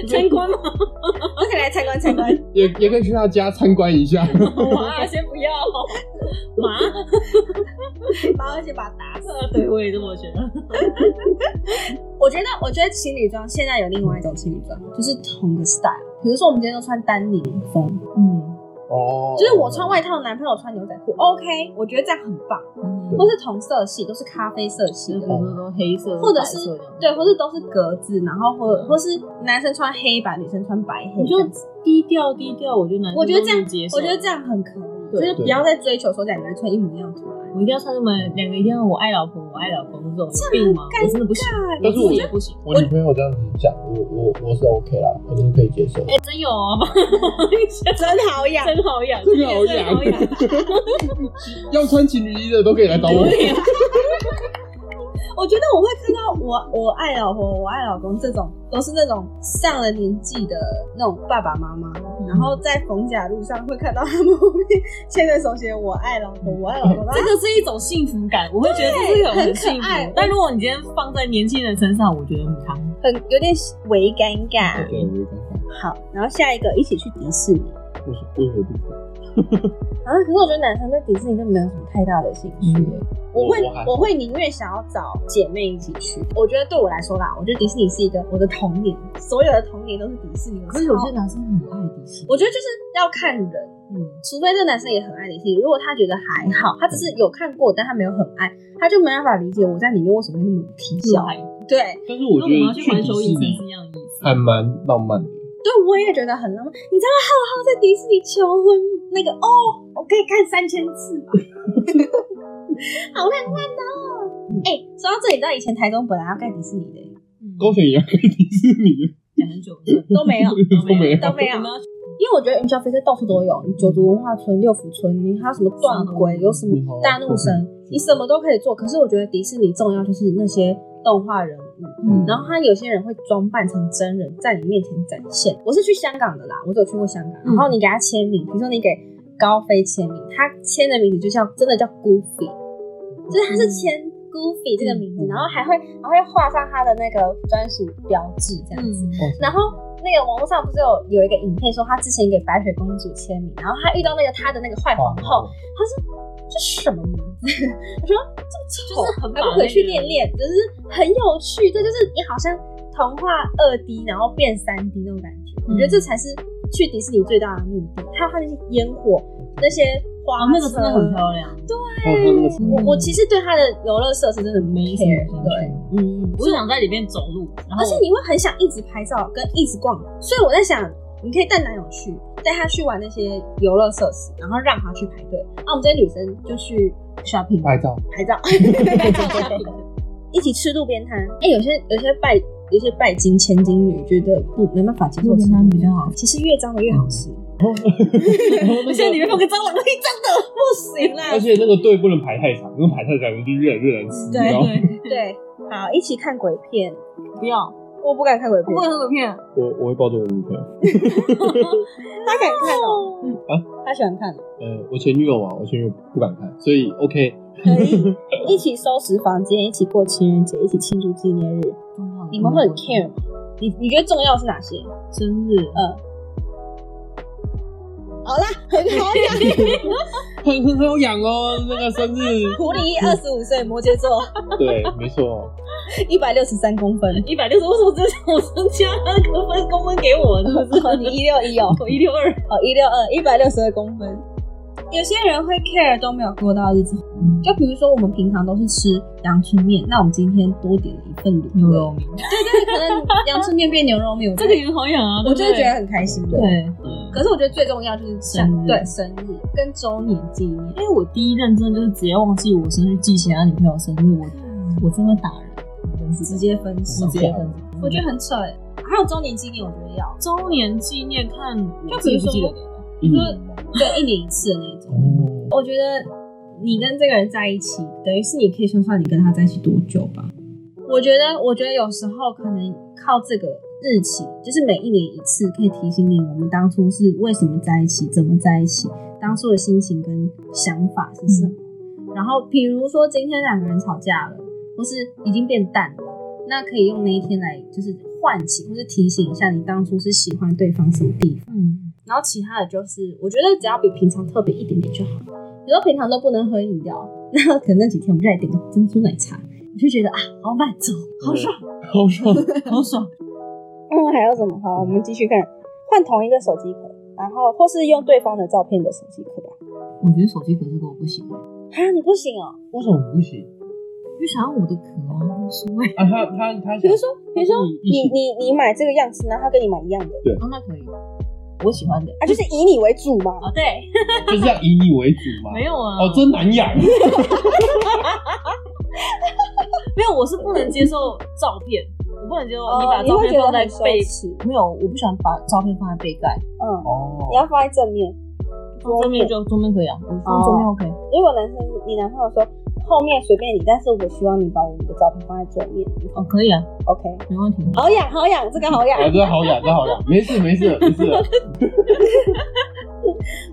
[SPEAKER 2] 参 观吗？
[SPEAKER 4] 都可以来参观参观。
[SPEAKER 3] 也也可以去他家参观一下。
[SPEAKER 2] 哇，先不要，妈，
[SPEAKER 4] 然后先 把它打死。
[SPEAKER 2] 对，我也这么觉得。
[SPEAKER 4] 我觉得，我觉得情侣装现在有另外一种情侣装，就是同个 style。比如说，我们今天都穿丹宁风，
[SPEAKER 2] 嗯，
[SPEAKER 3] 哦，
[SPEAKER 4] 就是我穿外套，男朋友穿牛仔裤，OK，我觉得这样很棒。
[SPEAKER 2] 嗯
[SPEAKER 4] 或是同色系，都是咖啡色系
[SPEAKER 2] 就
[SPEAKER 4] 的
[SPEAKER 2] 比，如说黑色，
[SPEAKER 4] 嗯或者是
[SPEAKER 2] 白色这样
[SPEAKER 4] 对，或是都是格子，然后或或是男生穿黑白，女生穿白黑
[SPEAKER 2] 你
[SPEAKER 4] 这
[SPEAKER 2] 就
[SPEAKER 4] 样子。
[SPEAKER 2] 低调低调，我觉得男生
[SPEAKER 4] 我觉得这样
[SPEAKER 2] 都能接，受
[SPEAKER 4] 我觉得这样很可以，就
[SPEAKER 2] 对
[SPEAKER 4] 是不要再追求说两个人穿一模一样的图案。
[SPEAKER 2] 我一定要穿那么两个一定要我爱老婆我爱老公这种有病吗？
[SPEAKER 4] 这
[SPEAKER 2] 我
[SPEAKER 4] 样很尴尬
[SPEAKER 2] 真的不行，
[SPEAKER 3] 但是我
[SPEAKER 2] 我觉得不行。
[SPEAKER 3] 我女朋友这样子讲，我我我是 OK 啦，我是可以接受。
[SPEAKER 2] 哎，真有啊，帮我一下
[SPEAKER 4] 真好 养
[SPEAKER 2] 真好养，
[SPEAKER 3] 这个好
[SPEAKER 2] 真的好
[SPEAKER 3] 养，要穿情侣衣的都可以来找我。
[SPEAKER 2] 啊
[SPEAKER 4] 我觉得我会看到我我爱老婆，我爱老公这种，都是那种上了年纪的那种爸爸妈妈，然后在逢甲路上会看到他们后面牵着手写“我爱老婆，我爱老公”，然后
[SPEAKER 2] 这个是一种幸福感，我会觉得这是一种
[SPEAKER 4] 对很可
[SPEAKER 2] 幸福
[SPEAKER 4] 爱。
[SPEAKER 2] 但如果你今天放在年轻人身上，我觉得很康。
[SPEAKER 4] 很有点微尴尬。
[SPEAKER 3] 对，我也尴尬，
[SPEAKER 4] 好，然后下一个一起去迪士尼
[SPEAKER 3] 为什为何不可？
[SPEAKER 4] 啊！可是我觉得男生对迪士尼都没有什么太大的兴趣、
[SPEAKER 2] 嗯
[SPEAKER 4] 我会
[SPEAKER 3] 我还
[SPEAKER 4] 我会宁愿想要找姐妹一起去。我觉得对我来说啦，我觉得迪士尼是一个我的童年，所有的童年都是迪士尼。
[SPEAKER 1] 可是有些男生很爱迪士尼，
[SPEAKER 4] 我觉得就是要看人，
[SPEAKER 2] 嗯，
[SPEAKER 4] 除非这个男生也很爱迪士尼，如果他觉得还好，他只是有看过，但他没有很爱，他就没办法理解我在里面为什么会那么皮笑。
[SPEAKER 2] 海。
[SPEAKER 4] 对，
[SPEAKER 3] 但是我觉
[SPEAKER 2] 那我们要
[SPEAKER 3] 得
[SPEAKER 2] 去
[SPEAKER 3] 去
[SPEAKER 2] 环
[SPEAKER 3] 迪
[SPEAKER 2] 球
[SPEAKER 3] 士
[SPEAKER 2] 影城是
[SPEAKER 3] 尼
[SPEAKER 2] 一样的意思。
[SPEAKER 3] 还蛮浪漫的。
[SPEAKER 4] 对我也觉得很浪漫。你知道浩浩在迪士尼求婚那个哦，我可以看三千次吧， 好浪漫哦。哎、说到这里，你知道以前台中本来要盖迪士尼的，
[SPEAKER 2] 嗯
[SPEAKER 3] 高雄也要开迪士尼，
[SPEAKER 2] 讲很久了，
[SPEAKER 4] 都 没有，
[SPEAKER 3] 都没有
[SPEAKER 4] 都没有
[SPEAKER 2] 我们要去
[SPEAKER 4] 因为我觉得云霄飞车到处都有，你九族文化村、六福村，你还有什么断轨，有什么大怒神，你什么都可以做。可是我觉得迪士尼重要就是那些动画人物，
[SPEAKER 2] 嗯
[SPEAKER 4] 然后他有些人会装扮成真人在你面前展现。我是去香港的啦，我只有去过香港。然后你给他签名，比如说你给高飞签名，他签的名字就叫真的叫 Goofy，就是他是签 Goofy 这个名字，然后还会还会画上他的那个专属标志这
[SPEAKER 2] 嗯
[SPEAKER 4] 样子。然后那个网络上不是有有一个影片说他之前给白雪公主签名，然后他遇到那个他的那个坏
[SPEAKER 3] 啊
[SPEAKER 4] 皇后，他说这什么名字？我说这么
[SPEAKER 2] 就是
[SPEAKER 4] 丑，
[SPEAKER 2] 很
[SPEAKER 4] 还不回去练练，就是很有趣。这就是你好像童话二 D 然后变三 D 那种感觉，我觉得这才是去迪士尼最大的目的。还有它那些烟火那些。花
[SPEAKER 2] 哦，那个真的很
[SPEAKER 4] 亮。
[SPEAKER 2] 漂亮。
[SPEAKER 3] 哦，他那个
[SPEAKER 4] 我我其实对它的游乐设施真的
[SPEAKER 2] 没
[SPEAKER 4] 没
[SPEAKER 2] 什么
[SPEAKER 4] care，
[SPEAKER 2] 兴趣
[SPEAKER 4] 对，嗯，嗯
[SPEAKER 2] 我就想在里面走路，然后
[SPEAKER 4] 而且你会很想一直拍照跟一直逛，所以我在想，你可以带男友去，带他去玩那些游乐设施，然后让他去排队。啊那、我们这些女生就去 shopping
[SPEAKER 3] 拍照，
[SPEAKER 4] 拍照，一起吃路边摊。哎、有些有些拜有些拜金千金女觉得不没办法接受吃，
[SPEAKER 2] 比较好。
[SPEAKER 4] 其实越脏的越好吃，
[SPEAKER 2] 而且里面放个蟑螂，嘿，蟑螂不行啦
[SPEAKER 3] 而。且那个队不能排太长，因为排太长就越来越难吃，然后
[SPEAKER 2] 对，
[SPEAKER 4] 对，好，一起看鬼片。
[SPEAKER 2] 不要，
[SPEAKER 4] 我不敢看鬼片，
[SPEAKER 2] 不能喝片。
[SPEAKER 3] 我我会抱着我女朋友，
[SPEAKER 4] 他敢看哦、
[SPEAKER 3] 啊
[SPEAKER 4] 他喜欢看，
[SPEAKER 3] 呃，我前女友嘛，我前女友不敢看，所以 OK，
[SPEAKER 4] 可以一起收拾房间，一起过情人节，一起庆祝纪念日。你们会很 care 吗？你你觉得重要是哪些？
[SPEAKER 2] 生日，
[SPEAKER 4] 嗯，好啦，很好讲。
[SPEAKER 3] 很很好养哦，那个生日，
[SPEAKER 4] 狐狸二十五岁，摩羯座，
[SPEAKER 3] 对，没错，
[SPEAKER 4] 一百六十三公分。
[SPEAKER 2] 一百六十，为什么只我增加那个分公分给我？是不是？
[SPEAKER 4] 哦，你一六一哦，
[SPEAKER 2] 我一六二，
[SPEAKER 4] 哦一六二，一百六十二公分。有些人会 care 都没有过到日子，
[SPEAKER 2] 嗯
[SPEAKER 4] 就比如说我们平常都是吃阳春面，那我们今天多点了一份卤
[SPEAKER 2] 牛
[SPEAKER 4] 味
[SPEAKER 2] 肉，面，
[SPEAKER 4] 对对，可能阳春面变牛肉面，我
[SPEAKER 2] 这
[SPEAKER 4] 觉
[SPEAKER 2] 个
[SPEAKER 4] 得
[SPEAKER 2] 也很好养啊。
[SPEAKER 4] 我
[SPEAKER 2] 对
[SPEAKER 4] 就
[SPEAKER 2] 不
[SPEAKER 4] 是
[SPEAKER 2] 对
[SPEAKER 4] 觉得很开心的。
[SPEAKER 2] 对。
[SPEAKER 3] 嗯，
[SPEAKER 4] 可是我觉得最重要就是像
[SPEAKER 2] 生日
[SPEAKER 4] 对生日跟周年纪念。
[SPEAKER 2] 因为我第一认真就是直接忘记我生日，记起来女朋友生日，我我真的打人，真是
[SPEAKER 4] 直接分手
[SPEAKER 2] 我直接分手。
[SPEAKER 4] 我觉得很扯欸。还有周年纪念，我觉得要
[SPEAKER 2] 嗯周年纪念看，
[SPEAKER 4] 就
[SPEAKER 2] 就比
[SPEAKER 4] 比如
[SPEAKER 2] 如
[SPEAKER 4] 说
[SPEAKER 2] 说，
[SPEAKER 3] 一年
[SPEAKER 4] 对一年一次的那种。
[SPEAKER 3] 哦，
[SPEAKER 4] 我觉得你跟这个人在一起，等于是你可以算算你跟他在一起多久吧。我觉得，我觉得有时候可能靠这个日期，就是每一年一次，可以提醒你我们当初是为什么在一起，怎么在一起，当初的心情跟想法是什么。然后，比如说今天两个人吵架了，或是已经变淡了，那可以用那一天来就是唤起或是提醒一下你当初是喜欢对方什么地方。
[SPEAKER 2] 嗯，
[SPEAKER 4] 然后其他的就是，我觉得只要比平常特别一点点就好。比如说平常都不能喝饮料， 那可能那几天我们再来点个珍珠奶茶，我就觉得啊，好满足，好爽。
[SPEAKER 3] 哦好爽，
[SPEAKER 2] 好爽。
[SPEAKER 4] 嗯，还有什么？好，我们继续看，换同一个手机壳，然后或是用对方的照片的手机壳吧。
[SPEAKER 2] 我觉得手机壳这个我不行，
[SPEAKER 4] 啊，你不行哦。
[SPEAKER 3] 为什么不行？
[SPEAKER 2] 就想要我的壳啊，无所谓。
[SPEAKER 3] 啊，他他他想，
[SPEAKER 4] 比如说，比如说
[SPEAKER 3] 你一
[SPEAKER 4] 你
[SPEAKER 3] 起
[SPEAKER 4] 你你买这个样式，然后他跟你买一样的，
[SPEAKER 2] 哦，那可以，我喜欢的。
[SPEAKER 4] 啊，就是以你为主嘛。
[SPEAKER 2] 啊，对，
[SPEAKER 3] 就是要以你为主嘛，
[SPEAKER 2] 没有啊，
[SPEAKER 3] 哦，真难 养，
[SPEAKER 2] 没有，我是不能接受照片，我不能接受
[SPEAKER 4] 哦
[SPEAKER 2] 你把
[SPEAKER 4] 你
[SPEAKER 2] 照
[SPEAKER 4] 会
[SPEAKER 2] 片
[SPEAKER 4] 觉
[SPEAKER 2] 放
[SPEAKER 4] 得
[SPEAKER 2] 在
[SPEAKER 4] 很羞
[SPEAKER 2] 背，
[SPEAKER 4] 耻，
[SPEAKER 2] 没有，我不喜欢把照片放在背盖，
[SPEAKER 4] 嗯，你要
[SPEAKER 3] 哦，
[SPEAKER 4] 放在正面，
[SPEAKER 2] 桌面就桌面可以啊，我放桌面 OK。
[SPEAKER 4] 如果男生你男朋友说后面随便你，但是我希望你把我们的照片放在桌面
[SPEAKER 2] 哦，可以啊，
[SPEAKER 4] ，OK？
[SPEAKER 2] 没问题。
[SPEAKER 4] 好痒，好痒，这个好痒，
[SPEAKER 3] 啊，这好养，这好养，没事没事没事，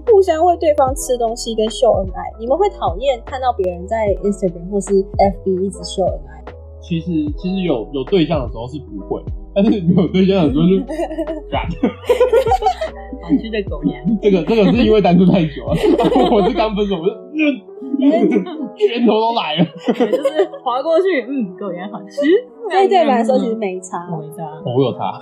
[SPEAKER 4] 互相喂对方吃东西跟秀恩爱，你们会讨厌看到别人在 Instagram 或是 FB 一直秀恩爱？
[SPEAKER 3] 其实其实有有对象的时候是不会，但是没有对象的时候就，干
[SPEAKER 2] 想去的狗 粮，
[SPEAKER 3] 这个这个是因为单身太久了，我是刚分手，我就拳头都来了，
[SPEAKER 2] 就是滑过去，嗯，狗粮好吃。
[SPEAKER 4] 所
[SPEAKER 2] 啊
[SPEAKER 4] 以对你们来说其实没差。
[SPEAKER 2] 我没差，
[SPEAKER 3] 我有他，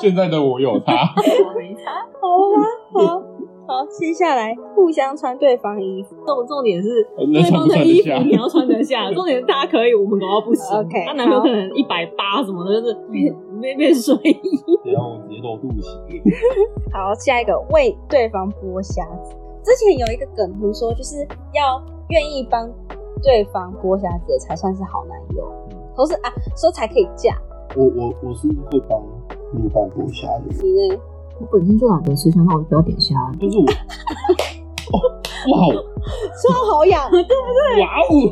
[SPEAKER 3] 现在的我有他，
[SPEAKER 2] 我没差。
[SPEAKER 4] 好了吗？好。好，接下来互相穿对方衣服。
[SPEAKER 2] 重重点是
[SPEAKER 3] 那
[SPEAKER 2] 对
[SPEAKER 3] 穿
[SPEAKER 2] 方
[SPEAKER 3] 不
[SPEAKER 2] 的
[SPEAKER 3] 穿
[SPEAKER 2] 衣
[SPEAKER 3] 得
[SPEAKER 2] 服
[SPEAKER 3] 下？
[SPEAKER 2] 你要穿得下，重点是他可以，我们搞到不行。
[SPEAKER 4] OK，
[SPEAKER 2] 他男朋友
[SPEAKER 4] 好
[SPEAKER 2] 可能一百八什么的，就是变变变水衣。
[SPEAKER 3] 等一下我直接露肚脐，
[SPEAKER 4] 好，下一个为对方剥虾子。之前有一个梗图说，就是要愿意帮对方剥虾子的才算是好男友。都是啊，说才可以嫁。
[SPEAKER 3] 我我我是会帮另一半剥虾的人，
[SPEAKER 4] 你呢？
[SPEAKER 2] 我本身就懒得吃香，那我就不要点虾了。
[SPEAKER 3] 但是我，哦，
[SPEAKER 4] 说好痒。
[SPEAKER 3] 哇哦，哇哦，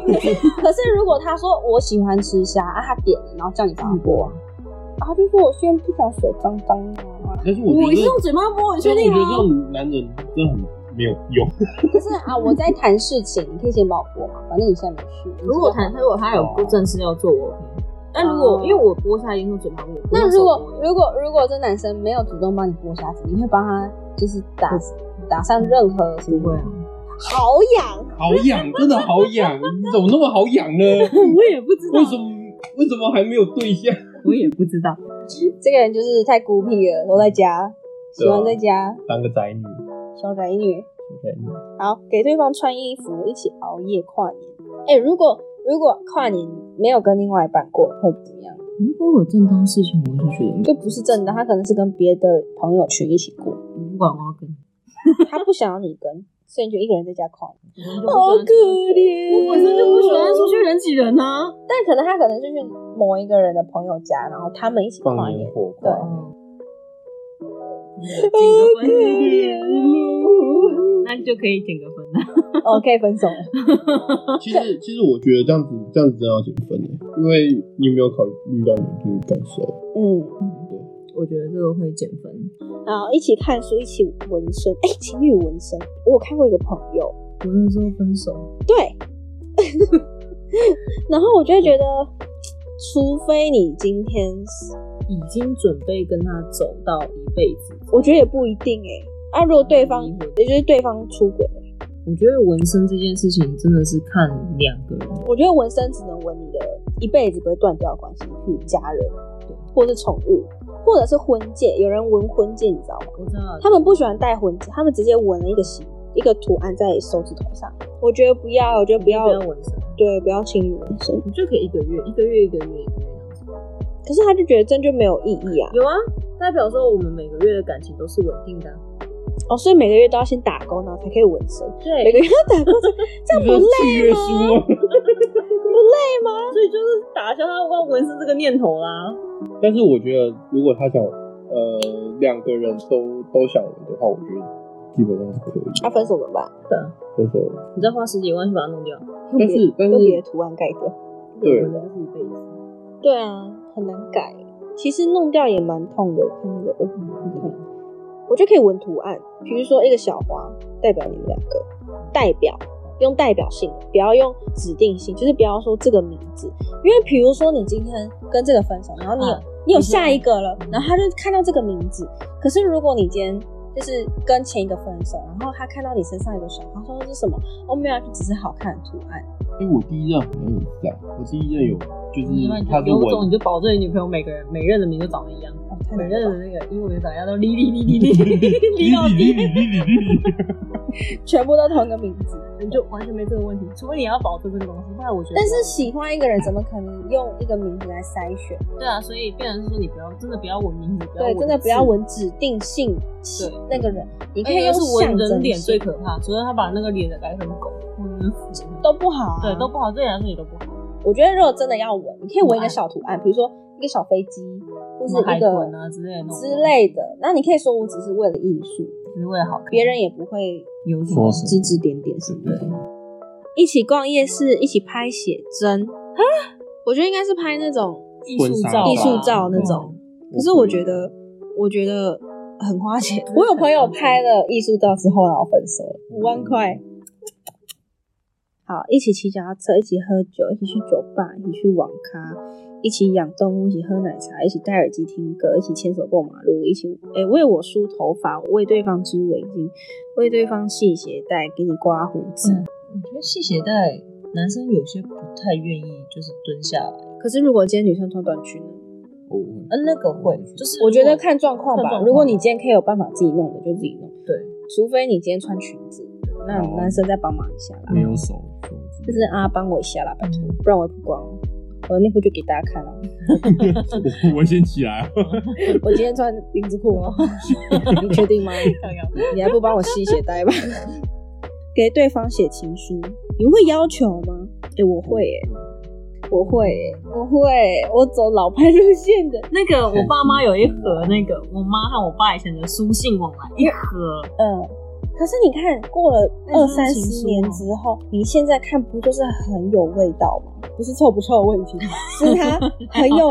[SPEAKER 4] 可是如果他说我喜欢吃虾啊，他点了，然后叫你帮他剥啊，然后他就说我现在不想手脏脏的啊。
[SPEAKER 3] 但是我
[SPEAKER 2] 我
[SPEAKER 3] 觉
[SPEAKER 2] 是
[SPEAKER 3] 得
[SPEAKER 2] 用，嘴巴剥，你确
[SPEAKER 3] 但是
[SPEAKER 2] 定
[SPEAKER 3] 我觉得这
[SPEAKER 2] 吗？
[SPEAKER 3] 种男人真的很没有用。
[SPEAKER 4] 可是啊，我在谈事情，你可以先帮我剥嘛，反正你现在没事。
[SPEAKER 2] 如果谈，如果他有不正事要做，我 OK。但如果
[SPEAKER 4] 哦
[SPEAKER 2] 因为我剥虾一定用嘴巴剥，
[SPEAKER 4] 那如果
[SPEAKER 2] 我不用手剥的
[SPEAKER 4] 如果如果这男生没有主动帮你剥虾子，你会帮他就是打打上任何什么？
[SPEAKER 2] 不会啊，
[SPEAKER 4] 好痒，
[SPEAKER 3] 好痒，真的好痒！你怎么那么好痒呢？
[SPEAKER 2] 我也不知
[SPEAKER 3] 为什么为什么还没有对象？
[SPEAKER 2] 我也不知道。
[SPEAKER 4] 这个人就是太孤僻了，都在家，
[SPEAKER 3] 对
[SPEAKER 4] 喜
[SPEAKER 3] 啊
[SPEAKER 4] 欢在家，
[SPEAKER 3] 当个宅女，
[SPEAKER 4] 小宅女。
[SPEAKER 3] 宅女
[SPEAKER 4] 好，给对方穿衣服，一起熬夜跨年。哎、如果如果跨年没有跟另外一半过，会怎么样？
[SPEAKER 2] 如果有正当事情，我是觉得
[SPEAKER 4] 就不是正的，他可能是跟别的朋友群一起过，
[SPEAKER 2] 我不管我要跟，
[SPEAKER 4] 他不想要你跟，所以你就一个人在家跨年，好
[SPEAKER 2] 我
[SPEAKER 4] 可怜。
[SPEAKER 2] 本身就不喜欢出去人挤人啊呐。
[SPEAKER 4] 但可能他可能就去某一个人的朋友家，然后他们一起
[SPEAKER 3] 放
[SPEAKER 4] 跨
[SPEAKER 3] 烟
[SPEAKER 4] 年。
[SPEAKER 3] 火，
[SPEAKER 4] 对
[SPEAKER 2] 剪个哦分，啊那就可以减个分了。
[SPEAKER 4] 哦，可以分手了。
[SPEAKER 3] 其实其实我觉得这样子这样子真的要减分的，因为你没有考虑到你的感受。
[SPEAKER 4] 嗯，
[SPEAKER 2] 我觉得这个会减分。
[SPEAKER 4] 好，一起看书，一起纹身。哎、情侣纹身，我有看过一个朋友，
[SPEAKER 2] 我那时候分手，
[SPEAKER 4] 对， 然后我就会觉得，除非你今天是，
[SPEAKER 2] 已经准备跟他走到一辈子。
[SPEAKER 4] 我觉得也不一定哎、啊，如果对方
[SPEAKER 2] 嗯，
[SPEAKER 4] 也就是对方出轨了，
[SPEAKER 2] 我觉得纹身这件事情真的是看两个人。
[SPEAKER 4] 我觉得纹身只能纹你的一辈子不会断掉的关系，譬如家人，或是宠物，或者是婚戒。有人纹婚戒，你知道吗？
[SPEAKER 2] 我知道
[SPEAKER 4] 他们不喜欢戴婚戒，他们直接纹了一个形一个图案在手指头上。我觉得不要，我觉得不要
[SPEAKER 2] 不，要纹身，
[SPEAKER 4] 对，不要情侣纹身。
[SPEAKER 2] 你就可以一个月，一个月，一个月，一个月这样子。
[SPEAKER 4] 可是他就觉得这样就没有意义啊。
[SPEAKER 2] 有啊，代表说我们每个月的感情都是稳定的啊。
[SPEAKER 4] 哦，所以每个月都要先打工，然后才可以纹身。每
[SPEAKER 2] 对
[SPEAKER 4] 个，月都打工，这样不
[SPEAKER 3] 你
[SPEAKER 4] 累
[SPEAKER 3] 说契约书啊，
[SPEAKER 2] 所以就是打消他要纹身这个念头啦。
[SPEAKER 3] 但是我觉得如果他想呃两个人都都想玩的话，我觉得基本上是可以
[SPEAKER 4] 那、分手怎么办？
[SPEAKER 3] 分手了。
[SPEAKER 2] 你再花十几万去把它弄掉，
[SPEAKER 4] 用
[SPEAKER 3] 但
[SPEAKER 4] 别
[SPEAKER 3] 是但
[SPEAKER 4] 用别的
[SPEAKER 3] 是
[SPEAKER 4] 图案盖掉。
[SPEAKER 3] 对
[SPEAKER 2] 我觉得是一辈子。
[SPEAKER 4] 对啊，很难改。其实弄掉也蛮痛的，看那个，哦，很痛。我觉得可以纹图案，比如说一个小花代表你们两个，代表用代表性的，不要用指定性，就是不要说这个名字，因为比如说你今天跟这个分手，然后你有、
[SPEAKER 2] 啊
[SPEAKER 4] 你有下一个了，然后他就看到这个名字，可是如果你今天就是跟前一个分手，然后他看到你身上有个小花，说这是什么？哦，没有啊，就只是好看的图案。
[SPEAKER 3] 因为我第一任好像也是这样，我第一任有就是
[SPEAKER 2] 那
[SPEAKER 3] 他
[SPEAKER 2] 你
[SPEAKER 3] 是
[SPEAKER 2] 有种
[SPEAKER 3] 文
[SPEAKER 2] 你就保证你女朋友每个人每任的名字长得一样，
[SPEAKER 4] 哦，太
[SPEAKER 2] 每
[SPEAKER 4] 难
[SPEAKER 2] 任
[SPEAKER 4] 了吧，
[SPEAKER 2] 的那个英文名长得一样都哩哩哩哩哩哩哩到
[SPEAKER 3] 哩
[SPEAKER 2] 底，
[SPEAKER 3] 哩哩哩哩哩哩
[SPEAKER 4] 全部都同一个名字。
[SPEAKER 2] 你就完全没这个问题。除非你要保证这个东西，不然我觉得。
[SPEAKER 4] 但是喜欢一个人，怎么可能用一个名字来筛选？
[SPEAKER 2] 对啊，所以变成是说你不要真的不要纹名字，不要
[SPEAKER 4] 对，
[SPEAKER 2] 纹
[SPEAKER 4] 真的
[SPEAKER 2] 字
[SPEAKER 4] 不要。纹指定性那个人，你可以
[SPEAKER 2] 而
[SPEAKER 4] 用
[SPEAKER 2] 且是
[SPEAKER 4] 象
[SPEAKER 2] 纹人
[SPEAKER 4] 征
[SPEAKER 2] 脸最
[SPEAKER 4] 性
[SPEAKER 2] 可怕，除非他把那个脸改成狗或者是符
[SPEAKER 4] 都不好、啊。
[SPEAKER 2] 对都不好，对你来说也都不好。
[SPEAKER 4] 我觉得如果真的要纹，你可以纹一个小图案，比如说一个小飞机，或
[SPEAKER 2] 什
[SPEAKER 4] 是
[SPEAKER 2] 么海
[SPEAKER 4] 一个
[SPEAKER 2] 豚啊之类的那种嗯
[SPEAKER 4] 之类的。那你可以说我只是为了艺术，
[SPEAKER 2] 只是为了好看，
[SPEAKER 4] 别人也不会
[SPEAKER 2] 有什
[SPEAKER 3] 说
[SPEAKER 2] 么
[SPEAKER 3] 是
[SPEAKER 4] 指指点点什么
[SPEAKER 3] 对
[SPEAKER 4] 的。一起逛夜市，一起拍写真，我觉得应该是拍那种
[SPEAKER 2] 艺
[SPEAKER 3] 婚
[SPEAKER 2] 术
[SPEAKER 3] 纱
[SPEAKER 2] 照
[SPEAKER 3] 吧
[SPEAKER 4] 艺术照那
[SPEAKER 2] 嗯
[SPEAKER 4] 种。可是我觉
[SPEAKER 2] 啊
[SPEAKER 4] 得，我觉得很花 钱。我有朋友拍了艺术照之后，然后分手了，五万块。
[SPEAKER 2] 嗯
[SPEAKER 4] 好，一起骑脚踏车，一起喝酒，一起去酒吧，一起去网咖，一起养动物，一起喝奶茶，一起戴耳机听歌，一起牵手过马路，一起诶、为我梳头发，为对方织围巾，为对方系鞋带，给你刮胡子。
[SPEAKER 2] 嗯我觉得系鞋带男生有些不太愿意，就是蹲下来。
[SPEAKER 4] 可是如果今天女生穿短裙呢？
[SPEAKER 3] 我我
[SPEAKER 2] 嗯，那个会，就是
[SPEAKER 4] 我觉
[SPEAKER 2] 如
[SPEAKER 4] 得
[SPEAKER 2] 果
[SPEAKER 4] 看状况
[SPEAKER 2] 看状
[SPEAKER 4] 吧。
[SPEAKER 2] 况
[SPEAKER 4] 如果你今天可以有办法自己弄的，就自己弄。
[SPEAKER 2] 对，
[SPEAKER 4] 除非你今天穿裙子，那
[SPEAKER 3] 哦
[SPEAKER 4] 男生再帮忙一下啦，
[SPEAKER 3] 没有手，
[SPEAKER 4] 就是啊，帮我一下啦，拜托，
[SPEAKER 2] 嗯
[SPEAKER 4] 不然我也不哦光，我的内裤就给大家 看 了。
[SPEAKER 3] 我我先起来啊，
[SPEAKER 4] 我今天穿丁字裤 哦，你确定吗？
[SPEAKER 2] 想要
[SPEAKER 4] 你还不帮我系鞋带 吧？给对方写情书，你们会要求吗？哎、我会、欸，我会耶，我会耶，我走老派路线的。
[SPEAKER 2] 那个我爸妈有一盒那个我妈和我爸以前的书信往来一盒，
[SPEAKER 4] 嗯，可是你看，过了
[SPEAKER 2] 那
[SPEAKER 4] 二
[SPEAKER 2] 是
[SPEAKER 4] 三
[SPEAKER 2] 情
[SPEAKER 4] 十
[SPEAKER 2] 书
[SPEAKER 4] 年
[SPEAKER 2] 哦
[SPEAKER 4] 之后，你现在看不就是很有味道吗？不是臭不臭的问题，是它很有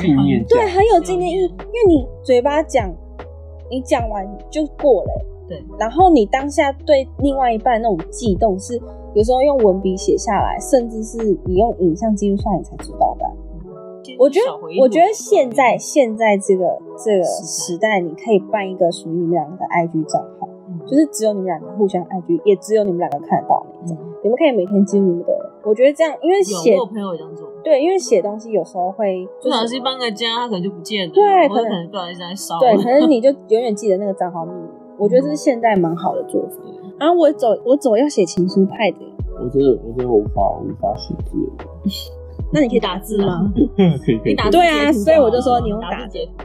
[SPEAKER 3] 纪念
[SPEAKER 4] 对，很有纪
[SPEAKER 2] 纪
[SPEAKER 4] 念
[SPEAKER 2] 念意
[SPEAKER 4] 意义，
[SPEAKER 2] 义
[SPEAKER 4] 因为你嘴巴讲，你讲完就过了、
[SPEAKER 2] 对，
[SPEAKER 4] 然后你当下对另外一半那种悸动是。有时候用文笔写下来，甚至是你用影像记录下来，你才知道的啊、我觉得
[SPEAKER 2] 小回忆录
[SPEAKER 4] 我觉得现在现在这个这个
[SPEAKER 2] 嗯
[SPEAKER 4] 时
[SPEAKER 2] 时
[SPEAKER 4] 代，你可以办一个属于你们两个的 IG 账号，
[SPEAKER 2] 嗯
[SPEAKER 4] 就是只有你们两个互相 IG，也只有你们两个看得到那种。
[SPEAKER 2] 嗯
[SPEAKER 4] 你们可以每天记录你们的，我觉得这样，因为写
[SPEAKER 2] 有我朋友也这样做，
[SPEAKER 4] 对，因为写东西有时候会
[SPEAKER 2] 不
[SPEAKER 4] 就
[SPEAKER 2] 小
[SPEAKER 4] 是
[SPEAKER 2] 心搬个家，他可能就不见了，
[SPEAKER 4] 对
[SPEAKER 2] 或者
[SPEAKER 4] 可能
[SPEAKER 2] 可能不小心在烧了，
[SPEAKER 4] 对，可是你就永远记得那个账号密码。我觉得这是现在蛮好的做法。
[SPEAKER 2] 嗯
[SPEAKER 4] 然后我走我走要写情书派的，
[SPEAKER 3] 我真的我真的无法无法写字，
[SPEAKER 4] 那你可以打字
[SPEAKER 2] 啊
[SPEAKER 4] 吗？
[SPEAKER 3] 可以可以
[SPEAKER 2] 你打字
[SPEAKER 4] 对啊
[SPEAKER 2] 截图
[SPEAKER 4] 所以我就
[SPEAKER 2] 吧
[SPEAKER 4] 说你用打
[SPEAKER 2] 打字截图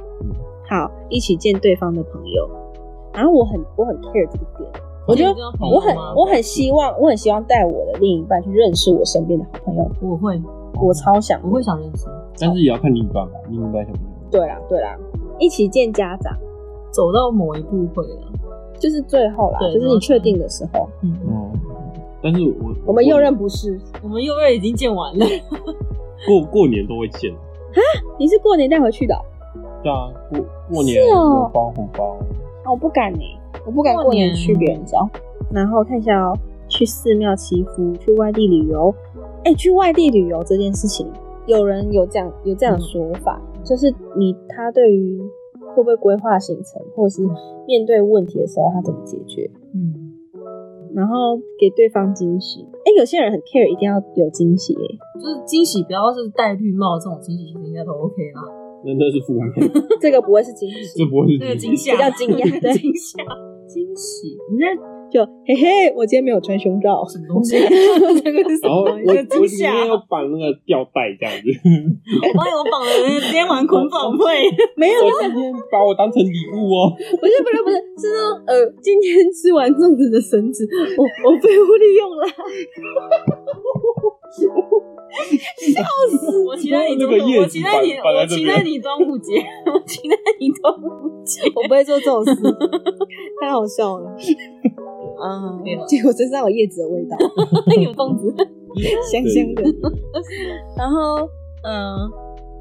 [SPEAKER 4] 好，一起见对方的朋友。然后我很我很 care 这个点，我觉得
[SPEAKER 2] 你知道朋友
[SPEAKER 4] 我很
[SPEAKER 2] 吗
[SPEAKER 4] 我很希望我很希望带我的另一半去认识我身边的好朋友，
[SPEAKER 2] 我会
[SPEAKER 4] 我超想
[SPEAKER 2] 哦我会想认识，
[SPEAKER 4] 哦
[SPEAKER 3] 但是也要看另一半吧，另一半想不想。
[SPEAKER 4] 对啦对啦，一起见家长
[SPEAKER 2] 走到某一步会了，
[SPEAKER 4] 就是最后啦，
[SPEAKER 2] 对
[SPEAKER 4] 就是你确定的时候，
[SPEAKER 2] 嗯，
[SPEAKER 3] 哦，但是我
[SPEAKER 4] 哦我们又认不是，
[SPEAKER 2] 我们幼儿已经见完了，
[SPEAKER 3] 过过年都会见，
[SPEAKER 4] 你是过年带回去的哦，
[SPEAKER 3] 对啊，过过年
[SPEAKER 4] 是哦
[SPEAKER 3] 有包红包，
[SPEAKER 4] 啊我不敢呢、我不敢过
[SPEAKER 2] 过年
[SPEAKER 4] 年去别人家。然后看一下哦，去寺庙祈福，去外地旅游，哎，去外地旅游这件事情，有人有这样有这样的说法，就是你他对于会不会规划行程，或者是面对问题的时候，他怎么解决？
[SPEAKER 2] 嗯，
[SPEAKER 4] 然后给对方惊喜。哎、有些人很 care，一定要有惊喜、欸。
[SPEAKER 2] 就是惊喜不要是戴绿帽这种惊喜，其实应该都 OK 啦。
[SPEAKER 3] 那那是负面，
[SPEAKER 4] 这个不会是惊
[SPEAKER 3] 这
[SPEAKER 4] 喜，
[SPEAKER 3] 不会
[SPEAKER 2] 那个
[SPEAKER 3] 是
[SPEAKER 2] 惊吓，
[SPEAKER 4] 比较惊讶对
[SPEAKER 2] 惊吓，惊喜，我觉得
[SPEAKER 4] 就嘿嘿，我今天没有穿胸罩。
[SPEAKER 2] 什么东 西？这个是什
[SPEAKER 3] 然后
[SPEAKER 2] 么
[SPEAKER 3] 我
[SPEAKER 2] 东
[SPEAKER 3] 我里
[SPEAKER 2] 西？这个惊
[SPEAKER 4] 啊
[SPEAKER 2] 吓，
[SPEAKER 3] 面要绑那个吊带这样子，
[SPEAKER 2] 我帮我绑了那个连环捆绑会，
[SPEAKER 4] 没有，
[SPEAKER 3] 我今天把我当成礼物哦，
[SPEAKER 4] 不是不是不是，是那种呃，今天吃完粽子的绳子，我我被我利用了。
[SPEAKER 2] 我期待你中
[SPEAKER 3] 那个叶子
[SPEAKER 2] 午，我期待你，
[SPEAKER 3] 绑绑在
[SPEAKER 2] 我
[SPEAKER 3] 这
[SPEAKER 2] 期
[SPEAKER 3] 边
[SPEAKER 2] 待你端午节，我期待你端午节。
[SPEAKER 4] 我不会做这种事，太好笑了。啊
[SPEAKER 2] 对了
[SPEAKER 4] 结果身上有叶子的味 道，
[SPEAKER 2] 有粽子，
[SPEAKER 4] 香香的
[SPEAKER 3] 对。对对对
[SPEAKER 4] 然后嗯，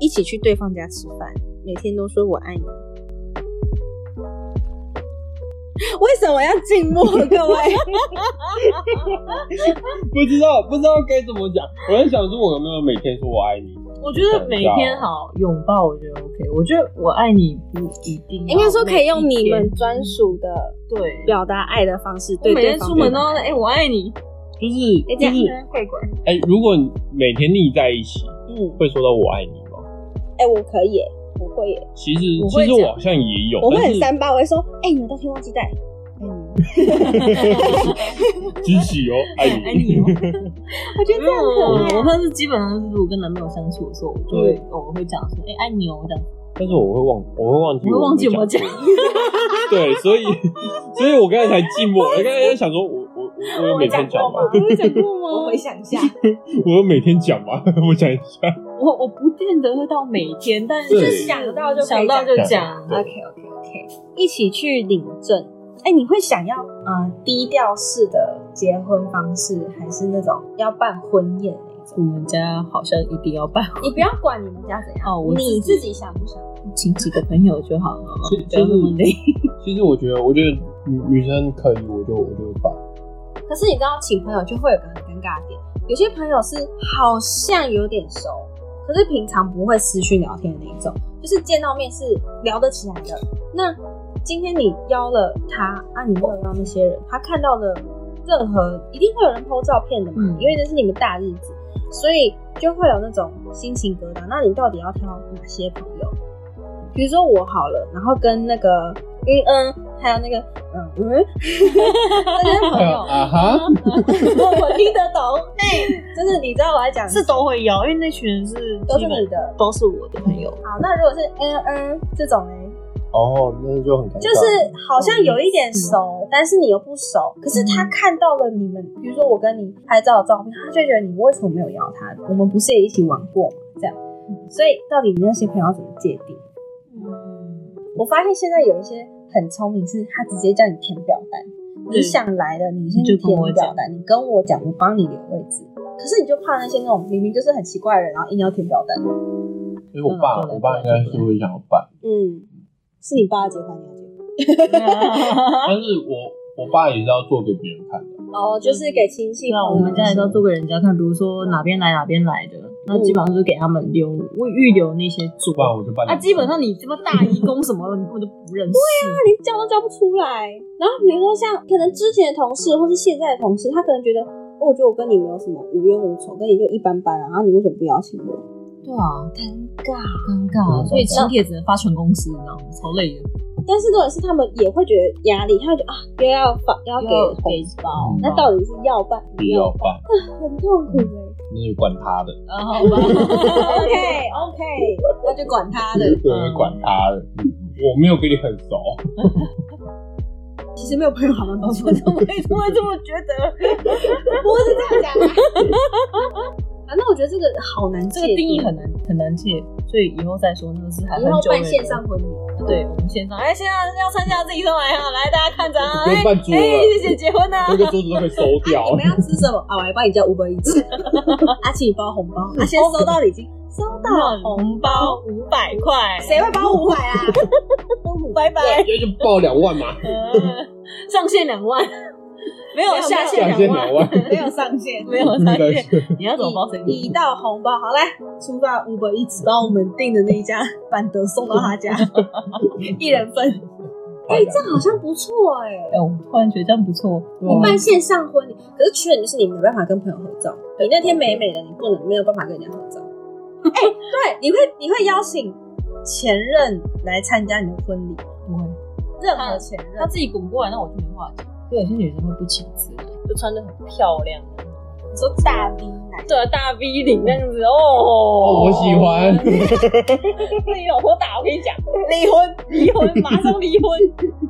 [SPEAKER 4] 一起去对方家吃饭，每天都说我爱你。为什么要静默，各位？
[SPEAKER 3] 不知道不知道该怎么讲，我在想说我有没有每天说我爱你，
[SPEAKER 2] 我觉得每天好拥抱，我觉得 OK。我觉得我爱你不一定要
[SPEAKER 4] 应该说可以用你
[SPEAKER 2] 每一
[SPEAKER 4] 们
[SPEAKER 2] 天
[SPEAKER 4] 专属的
[SPEAKER 2] 对。
[SPEAKER 4] 表达爱的方式
[SPEAKER 2] 我
[SPEAKER 4] 对
[SPEAKER 2] 每
[SPEAKER 4] 对
[SPEAKER 2] 天
[SPEAKER 4] 方
[SPEAKER 2] 出门
[SPEAKER 4] 表
[SPEAKER 2] 都要哎、我爱你，
[SPEAKER 3] 就是
[SPEAKER 4] 哎这
[SPEAKER 3] 就
[SPEAKER 4] 样
[SPEAKER 3] 是
[SPEAKER 2] 乖乖。
[SPEAKER 3] 哎、如果你每天腻在一起，
[SPEAKER 4] 达嗯，
[SPEAKER 3] 会说到我爱你吗？
[SPEAKER 4] 哎，我可以耶，我会耶，
[SPEAKER 3] 其实
[SPEAKER 2] 我
[SPEAKER 3] 其
[SPEAKER 2] 会
[SPEAKER 3] 实
[SPEAKER 2] 讲
[SPEAKER 3] 我好像也有，
[SPEAKER 4] 我会
[SPEAKER 3] 但
[SPEAKER 4] 很
[SPEAKER 3] 是
[SPEAKER 4] 三八，我会说，哎，你的东西忘记带。嗯，
[SPEAKER 3] 惊 喜哦，爱你。
[SPEAKER 2] 爱 你哦
[SPEAKER 4] 我觉得这样
[SPEAKER 2] 我
[SPEAKER 4] 可
[SPEAKER 2] 我
[SPEAKER 4] 爱。
[SPEAKER 2] 算是基本上是，如果跟男朋友相处的时候，我就会、
[SPEAKER 3] 嗯
[SPEAKER 2] 哦我会讲说，哎、爱你哦，这样。
[SPEAKER 3] 但是我会忘，我会忘记，
[SPEAKER 2] 我会忘记我
[SPEAKER 3] 讲。 对，所以，所以我刚才才寂 寞。我刚才在想说我，我我我有每天讲吗？
[SPEAKER 4] 我有讲过吗？
[SPEAKER 1] 我回想一下，
[SPEAKER 3] 我有每天讲吗？ 我想一下。
[SPEAKER 2] 我我不见得会到每天，但是
[SPEAKER 3] 对
[SPEAKER 2] 就是想
[SPEAKER 1] 想到就可以
[SPEAKER 2] 想到就讲。
[SPEAKER 3] 对
[SPEAKER 1] OK OK OK，
[SPEAKER 4] 一起去领证。哎、你会想要呃低调式的结婚方式，还是那种要办婚宴那种？
[SPEAKER 2] 我们家好像一定要办，
[SPEAKER 4] 你不要管你们家怎样，
[SPEAKER 2] 哦我
[SPEAKER 4] 你
[SPEAKER 2] 自己
[SPEAKER 4] 自己想不想？
[SPEAKER 2] 请几个朋友就好了
[SPEAKER 3] 其，
[SPEAKER 2] 不要那么累。
[SPEAKER 3] 其实我觉得，我觉得女女生可以，我就我就办。
[SPEAKER 4] 可是你知道，请朋友就会有个很尴尬的点，有些朋友是好像有点熟，可是平常不会私讯聊天的那一种，就是见到面是聊得起来的。那今天你邀了他啊，你没有邀那些人，他看到了任何一定会有人 PO 照片的嘛，
[SPEAKER 2] 嗯
[SPEAKER 4] 因为这是你们大日子，所以就会有那种心情疙瘩。那你到底要挑哪些朋友？比如说我好了，然后跟那个嗯嗯，还有那个嗯嗯， 这些朋友，
[SPEAKER 3] 啊哈，
[SPEAKER 4] 我听得懂。哎、就是你知道我在讲
[SPEAKER 2] 是都会邀，因为那群人是
[SPEAKER 4] 都是
[SPEAKER 2] 基本
[SPEAKER 4] 你的
[SPEAKER 2] 都是我的朋友。
[SPEAKER 4] 好，那如果是嗯嗯这种呢？
[SPEAKER 3] 哦，哦，那就很尴尬。
[SPEAKER 4] 就是好像有一点熟，但是你又不熟。可是他看到了你们，比如说我跟你拍照的照片，他就觉得你为什么没有邀他？我们不是也一起玩过吗？这样，所以到底你那些朋友要怎么界定？
[SPEAKER 1] 嗯，
[SPEAKER 4] 我发现现在有一些很聪明，是他直接叫你填表单，你
[SPEAKER 2] 对
[SPEAKER 4] 想来的你先
[SPEAKER 2] 就
[SPEAKER 4] 填
[SPEAKER 2] 跟我
[SPEAKER 4] 表
[SPEAKER 2] 讲
[SPEAKER 4] 单，你跟我讲，我帮你留位置。可是你就怕那些那种明明就是很奇怪的人，然后硬要填表单。
[SPEAKER 3] 因为我
[SPEAKER 2] 嗯
[SPEAKER 3] 爸，我爸应该是会想要办，
[SPEAKER 4] 嗯，是你爸的结婚，你要结婚
[SPEAKER 2] 啊
[SPEAKER 3] 但是我我爸也是要做给别人看的。
[SPEAKER 4] 哦，就是给亲戚
[SPEAKER 2] 对啊，我
[SPEAKER 4] 朋友
[SPEAKER 2] 们家也是要做给人家看，比如说哪边来哪边来的，那基本上就给他们留我预留那些桌
[SPEAKER 3] 不。然我就办。
[SPEAKER 2] 啊，基本上你这么大义工什么的，你根本就不认识。对
[SPEAKER 4] 你叫都叫不出来。然后比如说像可能之前的同事或是现在的同事，他可能觉得，哦，我觉得我跟你没有什么无冤无仇，跟你就一般般啊，然后你为什么不邀请我？
[SPEAKER 1] 对啊，
[SPEAKER 4] 尴尬。
[SPEAKER 1] 尴尬，所以请帖只能发全公司，你知道吗？超累的，
[SPEAKER 4] 但是重点是他们也会觉得压力，他会觉得啊，又要发又要给
[SPEAKER 1] 要
[SPEAKER 4] 红
[SPEAKER 1] 给包
[SPEAKER 2] 嗯
[SPEAKER 4] 那到底是要办
[SPEAKER 3] 不要办，
[SPEAKER 4] 很痛苦哎、
[SPEAKER 3] 那就管他的，
[SPEAKER 1] 啊，好吧，
[SPEAKER 4] 嗯 OK OK，那就管他的。
[SPEAKER 2] 嗯
[SPEAKER 3] 对，管他的。我没有跟你很熟，
[SPEAKER 4] 其实没有朋友好吗？不
[SPEAKER 1] 我怎么会突然这么觉得？
[SPEAKER 4] 是这样讲啊。 啊，那我觉得这个好难
[SPEAKER 2] 这
[SPEAKER 4] 界
[SPEAKER 2] 个
[SPEAKER 4] 定，
[SPEAKER 2] 定义很难很难切，所以以后再说，那个是还很
[SPEAKER 4] 啊以后
[SPEAKER 2] 久
[SPEAKER 4] 办
[SPEAKER 2] 远
[SPEAKER 4] 线
[SPEAKER 2] 的
[SPEAKER 4] 上嗯婚礼，啊
[SPEAKER 2] 对，我们线上，哎，现在要参加自己上来啊，来大家看着啊，
[SPEAKER 3] 不
[SPEAKER 2] 哎
[SPEAKER 3] 用办桌
[SPEAKER 2] 哎，
[SPEAKER 3] 了，
[SPEAKER 2] 谢谢哎结婚啊
[SPEAKER 3] 那，个桌子都可以收掉。
[SPEAKER 4] 你们要吃什么啊？我来帮你叫 Uber 一起，阿庆你包红包， 啊，先收到礼金，收到红
[SPEAKER 2] 红包五百块，
[SPEAKER 4] 谁会包五百啊？
[SPEAKER 2] 拜拜，
[SPEAKER 3] 要就报两万嘛，
[SPEAKER 2] 呃上限两万， 没有下限
[SPEAKER 3] 上限
[SPEAKER 2] 两
[SPEAKER 3] 两
[SPEAKER 2] 万，
[SPEAKER 3] 万。
[SPEAKER 4] 没有上限，
[SPEAKER 2] 没有上
[SPEAKER 3] 但
[SPEAKER 2] 限，
[SPEAKER 3] 是
[SPEAKER 2] 你要怎么包谁？
[SPEAKER 4] 一道红包，好来，出发 Uber 一起帮我们订的那一家板德送到他 家，一人分。哎、这好像不错哎、
[SPEAKER 2] 哎，我突然觉得这样不错，
[SPEAKER 4] 你办线上婚礼，可是缺点就是你没办法跟朋友合照。你那天美美的，你不能没有办法跟人家合照。哎、对，你会你会邀请前任来参加你的婚礼，
[SPEAKER 2] 不会，
[SPEAKER 4] 任何前
[SPEAKER 1] 他
[SPEAKER 4] 任。
[SPEAKER 1] 自己滚过来，那我就没话讲。
[SPEAKER 2] 就有些女生会不请自来，就穿的很漂亮。
[SPEAKER 4] 你说大 V 男，
[SPEAKER 2] 对啊，大 V 领这样子哦，
[SPEAKER 3] 我喜欢
[SPEAKER 2] 那你老婆打，我跟你讲，离婚，离 婚，马上离婚。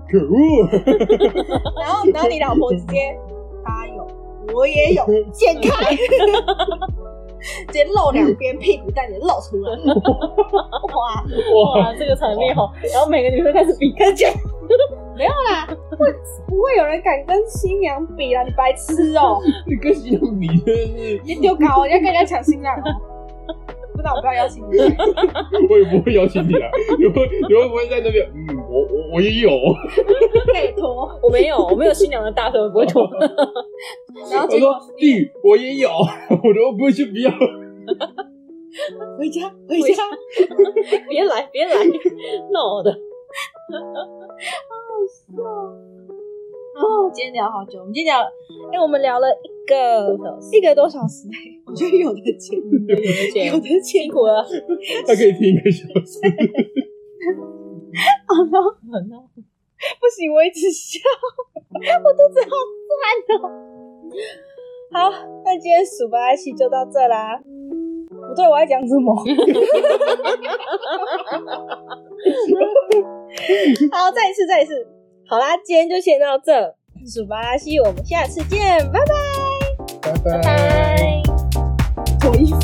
[SPEAKER 3] 可恶，
[SPEAKER 4] 然后然后你老婆直接，他有，我也 有，掀开，直接露两边屁股蛋也露出来，哇！
[SPEAKER 2] 哇，啊这个场面好，然后每个女生开始比看见，
[SPEAKER 4] 不会有人敢跟新娘比啦，你白痴哦、
[SPEAKER 3] 你跟新娘比真的是，
[SPEAKER 4] 你丢搞，人家跟人家抢新郎、哦。不然我不要邀请你。
[SPEAKER 3] 我也不会邀请你来，你会你会不会在那边？嗯，我我我也有，
[SPEAKER 4] 拜托，
[SPEAKER 2] 我没有，我没有新娘的大腿，我 不会脱。
[SPEAKER 4] 然
[SPEAKER 3] 我
[SPEAKER 4] 后结果
[SPEAKER 3] 说弟我也有， 我都不会去比较，
[SPEAKER 4] 回家，回家，
[SPEAKER 2] 别来，别来，闹的。
[SPEAKER 4] 哦，今天聊好久，我们今天聊，哎、我们聊了一个一个多小时，我觉得有的剪，有的剪
[SPEAKER 2] 辛，苦了，
[SPEAKER 3] 他可以听一个小时。
[SPEAKER 4] 好了，
[SPEAKER 2] 很闹。
[SPEAKER 4] 不行，我一直笑，我肚子好酸哦。好，那今天数白期就到这啦。不对，我要讲什么？ 好，再一次，再一次。好啦，今天就先到这。数巴西，我们下次见，拜拜。
[SPEAKER 3] 拜拜。
[SPEAKER 4] 脱衣服。